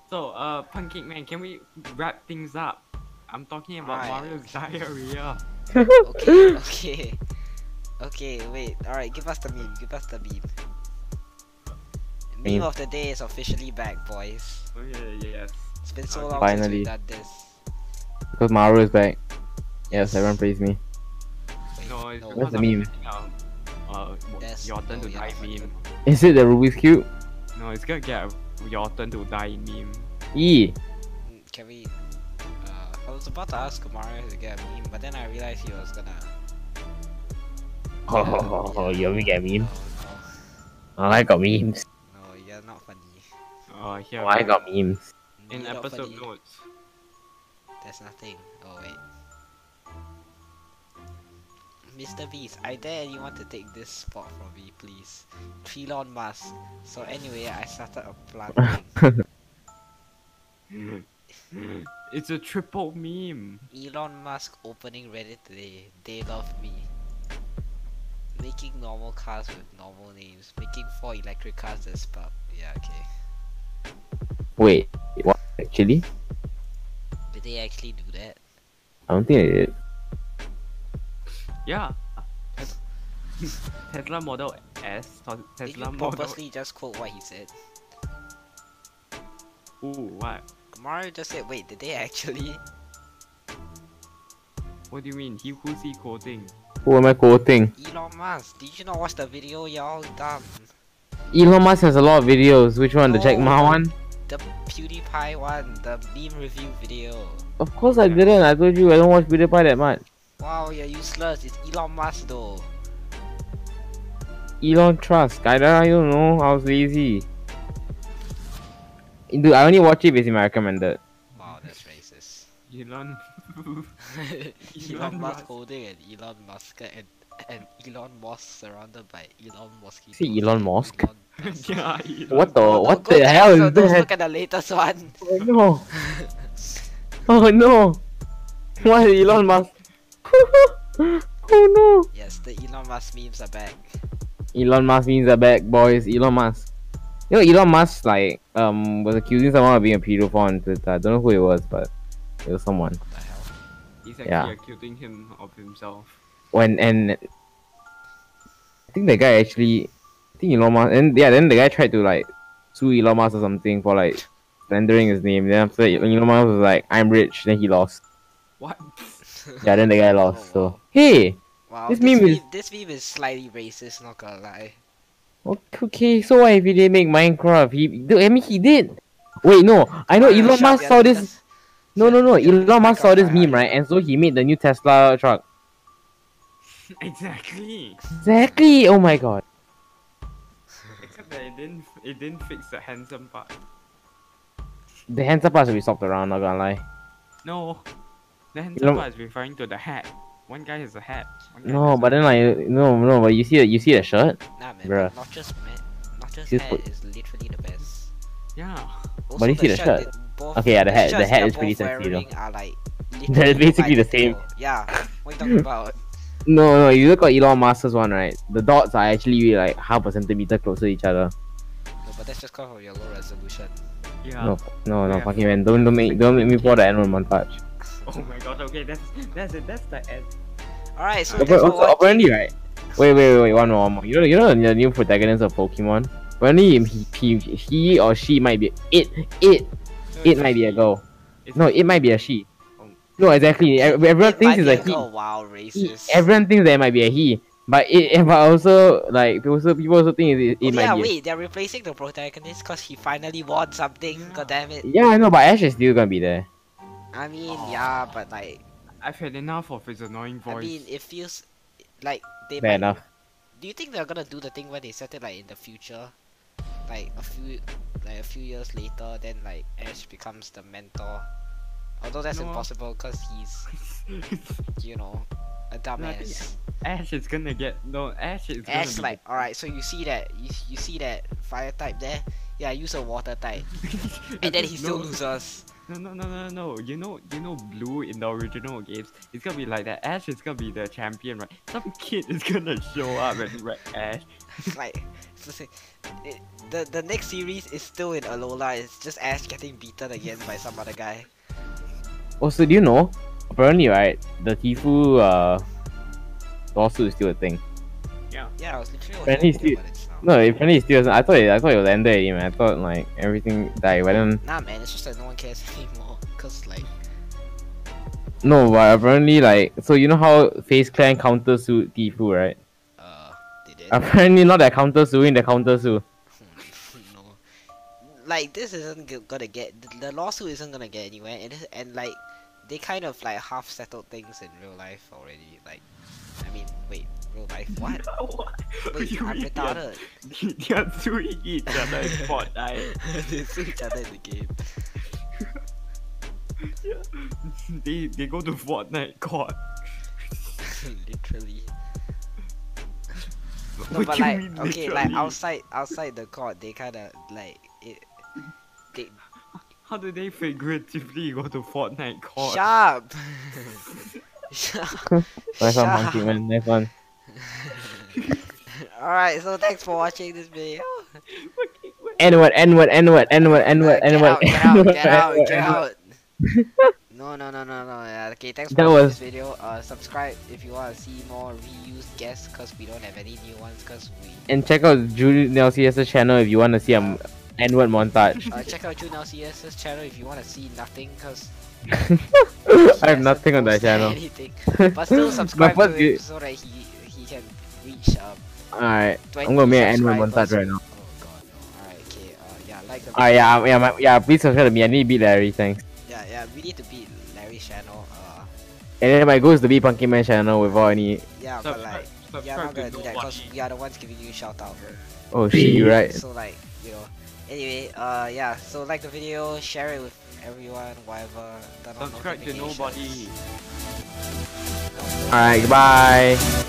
S4: So, uh, Pancake Man, can we wrap things up? I'm talking about
S3: Alright.
S4: Mario's diarrhea.
S3: Okay, okay, okay. Wait. All right. Give us the meme. Give us the meme. Meme
S2: Meme.
S3: of the day is officially back, boys.
S4: Oh, yeah, yes.
S3: It's been so
S4: Okay.
S3: long since
S2: Finally.
S3: we've done this.
S2: Because Mario is back. Yes, everyone praise me.
S3: Wait,
S4: No, it's
S2: What's
S4: because
S2: the
S4: I'm
S2: meme?
S4: getting, Um, uh, w-
S3: That's-
S4: your turn
S3: no,
S4: to
S3: you're
S4: die
S3: not
S4: meme.
S2: Is it the Rubik's Cube?
S4: No, it's gonna get a your turn to die meme.
S2: E.
S3: Mm, Can we? Uh, I was about to ask Mario to get a meme, but then I realized he was gonna.
S2: Oh, oh, oh, you want me to get a meme?
S3: No, no,
S2: Oh, I got memes.
S3: no, you're not funny.
S4: Uh, here.
S2: Oh, I
S4: we-
S2: got memes.
S4: In
S3: You're not
S4: episode
S3: funny.
S4: notes.
S3: There's nothing. Oh wait. Mr. Beast, I dare anyone to take this spot from me, please. Trilon Musk. So anyway, I started a planting.
S4: It's a triple meme.
S3: Elon Musk opening Reddit today. They love me. Making normal cars with normal names. Making four electric cars that spark. Yeah, okay.
S2: Wait, what? Actually,
S3: Did they actually do that?
S2: I don't think I did.
S4: Yeah. Tes- Tesla Model S. Tes-
S3: Did you
S4: Tesla Model.
S3: purposely just quote what he said?
S4: Ooh, what?
S3: Mario just said, wait, did they actually?
S4: What do you mean? He who's he quoting?
S2: Who am I quoting?
S3: Elon Musk, did you not watch the video? Y'all dumb.
S2: Elon Musk has a lot of videos. Which one? The Jack Ma
S3: No.
S2: one?
S3: The PewDiePie one, the meme review video.
S2: Of course I didn't. I told you I don't watch PewDiePie that much.
S3: Wow, you're useless. It's Elon Musk though.
S2: Elon Trust. I don't, I don't know. I was lazy. Dude, I only watch it because it's my recommended.
S3: Wow, that's racist.
S4: Elon.
S3: Elon,
S4: Elon
S3: Musk
S4: Musk.
S3: holding an Elon Musk and and Elon Musk surrounded by Elon Musk.
S2: Is it Elon Musk?
S4: yeah, Elon.
S2: What the
S3: Oh, no,
S2: what
S3: go
S2: the
S3: back
S2: hell
S3: to
S2: is
S3: those,
S2: that?
S3: Look at the latest one.
S2: Oh no! oh no! Why is Elon Musk? oh
S3: Yes, the Elon Musk memes are back.
S2: no! Elon Musk means the back boys. Elon Musk. You know Elon Musk like um was accusing someone of being a pedophile on Twitter. I don't know who it was, but it was someone.
S3: What the hell?
S4: He's actually
S2: Yeah.
S4: accusing him of himself.
S2: When and I think the guy actually, I think Elon Musk and yeah, then the guy tried to like sue Elon Musk or something for like slandering his name. Then after that, Elon Musk was like, "I'm rich," then he lost.
S4: What?
S2: Yeah, then the guy
S3: Oh,
S2: lost.
S3: wow.
S2: So hey,
S3: Wow,
S2: This
S3: this,
S2: meme
S3: meme,
S2: is-
S3: this meme is slightly racist. Not gonna lie.
S2: okay, okay, so why if he didn't make Minecraft? He, dude, I mean, he did. Wait, no, I know
S3: Yeah,
S2: Elon
S3: shut
S2: Musk
S3: up,
S2: saw
S3: yeah,
S2: this.
S3: that's-
S2: No, no, no.
S3: yeah,
S2: Elon
S3: Minecraft,
S2: Musk saw this
S3: right,
S2: meme,
S3: right.
S2: right? And so he made the new Tesla truck.
S4: exactly.
S2: Exactly. Oh my god.
S4: Except that it didn't. It didn't fix the handsome part.
S2: The hands up us we stopped around. Not gonna lie.
S4: No. The handsome
S2: Elon-
S4: part is referring to the hat. One guy has a hat. One guy
S2: No,
S4: has a-
S2: but then like no, no. But you see, the- you see the shirt.
S3: Nah, man.
S2: Bruh.
S3: Not just man. Not just
S2: Just
S3: hair
S2: put-
S3: is literally the best.
S4: Yeah.
S3: Also,
S2: But you see the shirt.
S3: that Both,
S2: Okay, yeah, the hat- the
S3: shirts
S2: hat
S3: they're
S2: is pretty
S3: both
S2: sexy, though.
S3: wearing Are, like,
S2: They're basically the
S3: identical. Yeah. What are you talking about?
S2: No, no. You look at Elon Musk's one, right? The dots are actually like half a centimeter closer to each other.
S3: No, but that's just because of your low resolution.
S4: Yeah.
S2: No, no, no, fucking man. Don't, don't make, don't make me pour the animal montage.
S4: Oh my god. Okay, that's that's it. That's the end.
S3: Alright, so
S4: Okay,
S3: that's
S2: But
S3: what
S2: also, apparently, right? Wait, wait, wait, one more, one more. You know, you know the new protagonist of Pokemon. Apparently, he, he, he or she might be it, it, it might be a girl.
S4: It's-
S2: No, it might be a she. No, exactly. ev- Everyone thinks it's a he.
S3: Oh wow,
S2: he-
S3: racist.
S2: Everyone thinks that it might be a he, but it, but also like people also people also think it, it
S3: Oh,
S2: it might
S3: yeah,
S2: be. a-
S3: wait, they're replacing the protagonist because he finally won something. God damn it.
S2: Yeah, I know, but Ash is still gonna be there.
S3: I mean, yeah, but like,
S4: I've had enough of his annoying voice.
S3: I mean, it feels like they.
S2: Fair
S3: might-
S2: enough.
S3: Do you think they're gonna do the thing where they set it like in the future, like a few, like a few years later, then like Ash becomes the mentor? Although that's
S4: No.
S3: impossible because he's, you know, a dumbass.
S4: Ash is gonna get no. Ash is gonna
S3: Ash
S4: be
S3: like, alright, so you see that, you, you see that fire type there? Yeah, use a water type, and then he still
S4: No.
S3: loses.
S4: No, no, no, no, no. You know, you know, blue in the original games, it's gonna be like that. Ash is gonna be the champion, right? Some kid is gonna show up and wreck Ash.
S3: like, it's the same- it, the the next series is still in Alola. It's just Ash getting beaten again by some other guy.
S2: Also, do you know? Apparently, right, the Tifu uh lawsuit is still a thing.
S3: Yeah, I was literally
S2: When
S3: watching
S2: he's
S3: video
S2: still-
S3: about it now.
S2: No, apparently it still doesn't. I thought it, I thought it was ended already, man. I thought like everything died. But then
S3: Nah, man, it's just that no one cares anymore. Cause like,
S2: no, but apparently like so you know how Face Clan counter sued Tifu, right?
S3: uh, they did.
S2: Apparently not that counter suing the counter sue.
S3: no. Like this isn't g- gonna get th- the lawsuit isn't gonna get anywhere, and this- and like they kind of like half settled things in real life already. Like, I mean, wait, real life? What? Wait,
S4: You
S3: I'm
S4: idiot.
S3: retarded.
S4: They are suing each other in Fortnite.
S3: they sue each other in the game.
S4: Yeah. they they go to Fortnite court.
S3: literally. No,
S4: What
S3: but
S4: you
S3: like,
S4: mean,
S3: okay, like
S4: literally?
S3: outside outside the court, they kind of like it. They
S4: How do they figuratively go to Fortnite court?
S3: sharp. sharp.
S2: Nice one,
S3: Shut
S2: Monkey
S3: up.
S2: Man. Nice one.
S3: All right, so thanks for watching this video.
S2: N word, N word, N word, N word, N
S3: Uh,
S2: word,
S3: get
S2: N
S3: out, get out,
S2: word.
S3: get out, get out. No, no, no, no, no. Yeah, okay, thanks for
S2: That
S3: watching
S2: was-
S3: this video. Uh, subscribe if you want to see more reused guests, cause we don't have any new ones, cause we.
S2: And check out Julie Nelsius' channel if you want to see a N word montage.
S3: Uh, check out June LCS's channel if you want to see nothing, cause
S2: I have nothing on
S3: that
S2: that channel.
S3: Anything. But still subscribe to him
S2: first vi-
S3: so that he he can reach um.
S2: Alright.
S3: 20
S2: I'm gonna make an N word
S3: subscribers.
S2: montage right now.
S3: Oh god, no. Alright, okay. Uh, yeah, like the.
S2: Alright, yeah, um, yeah, my, yeah, please subscribe to me. I need to beat Larry, thanks.
S3: Yeah, yeah. We need to beat Larry's channel. Uh,
S2: And then my goal is to beat Punky Man channel without any.
S3: yeah, but like.
S4: Subscribe,
S3: Yeah, I'm
S4: subscribe
S3: not
S4: to
S3: gonna do that because
S4: nobody.
S3: we are the ones giving you shout out.
S2: Oh shit, you're right.
S3: So like, you know. Anyway, uh, yeah. So like the video, share it with everyone, whatever. turn on
S4: Subscribe to
S3: notifications.
S4: nobody.
S2: Alright, goodbye.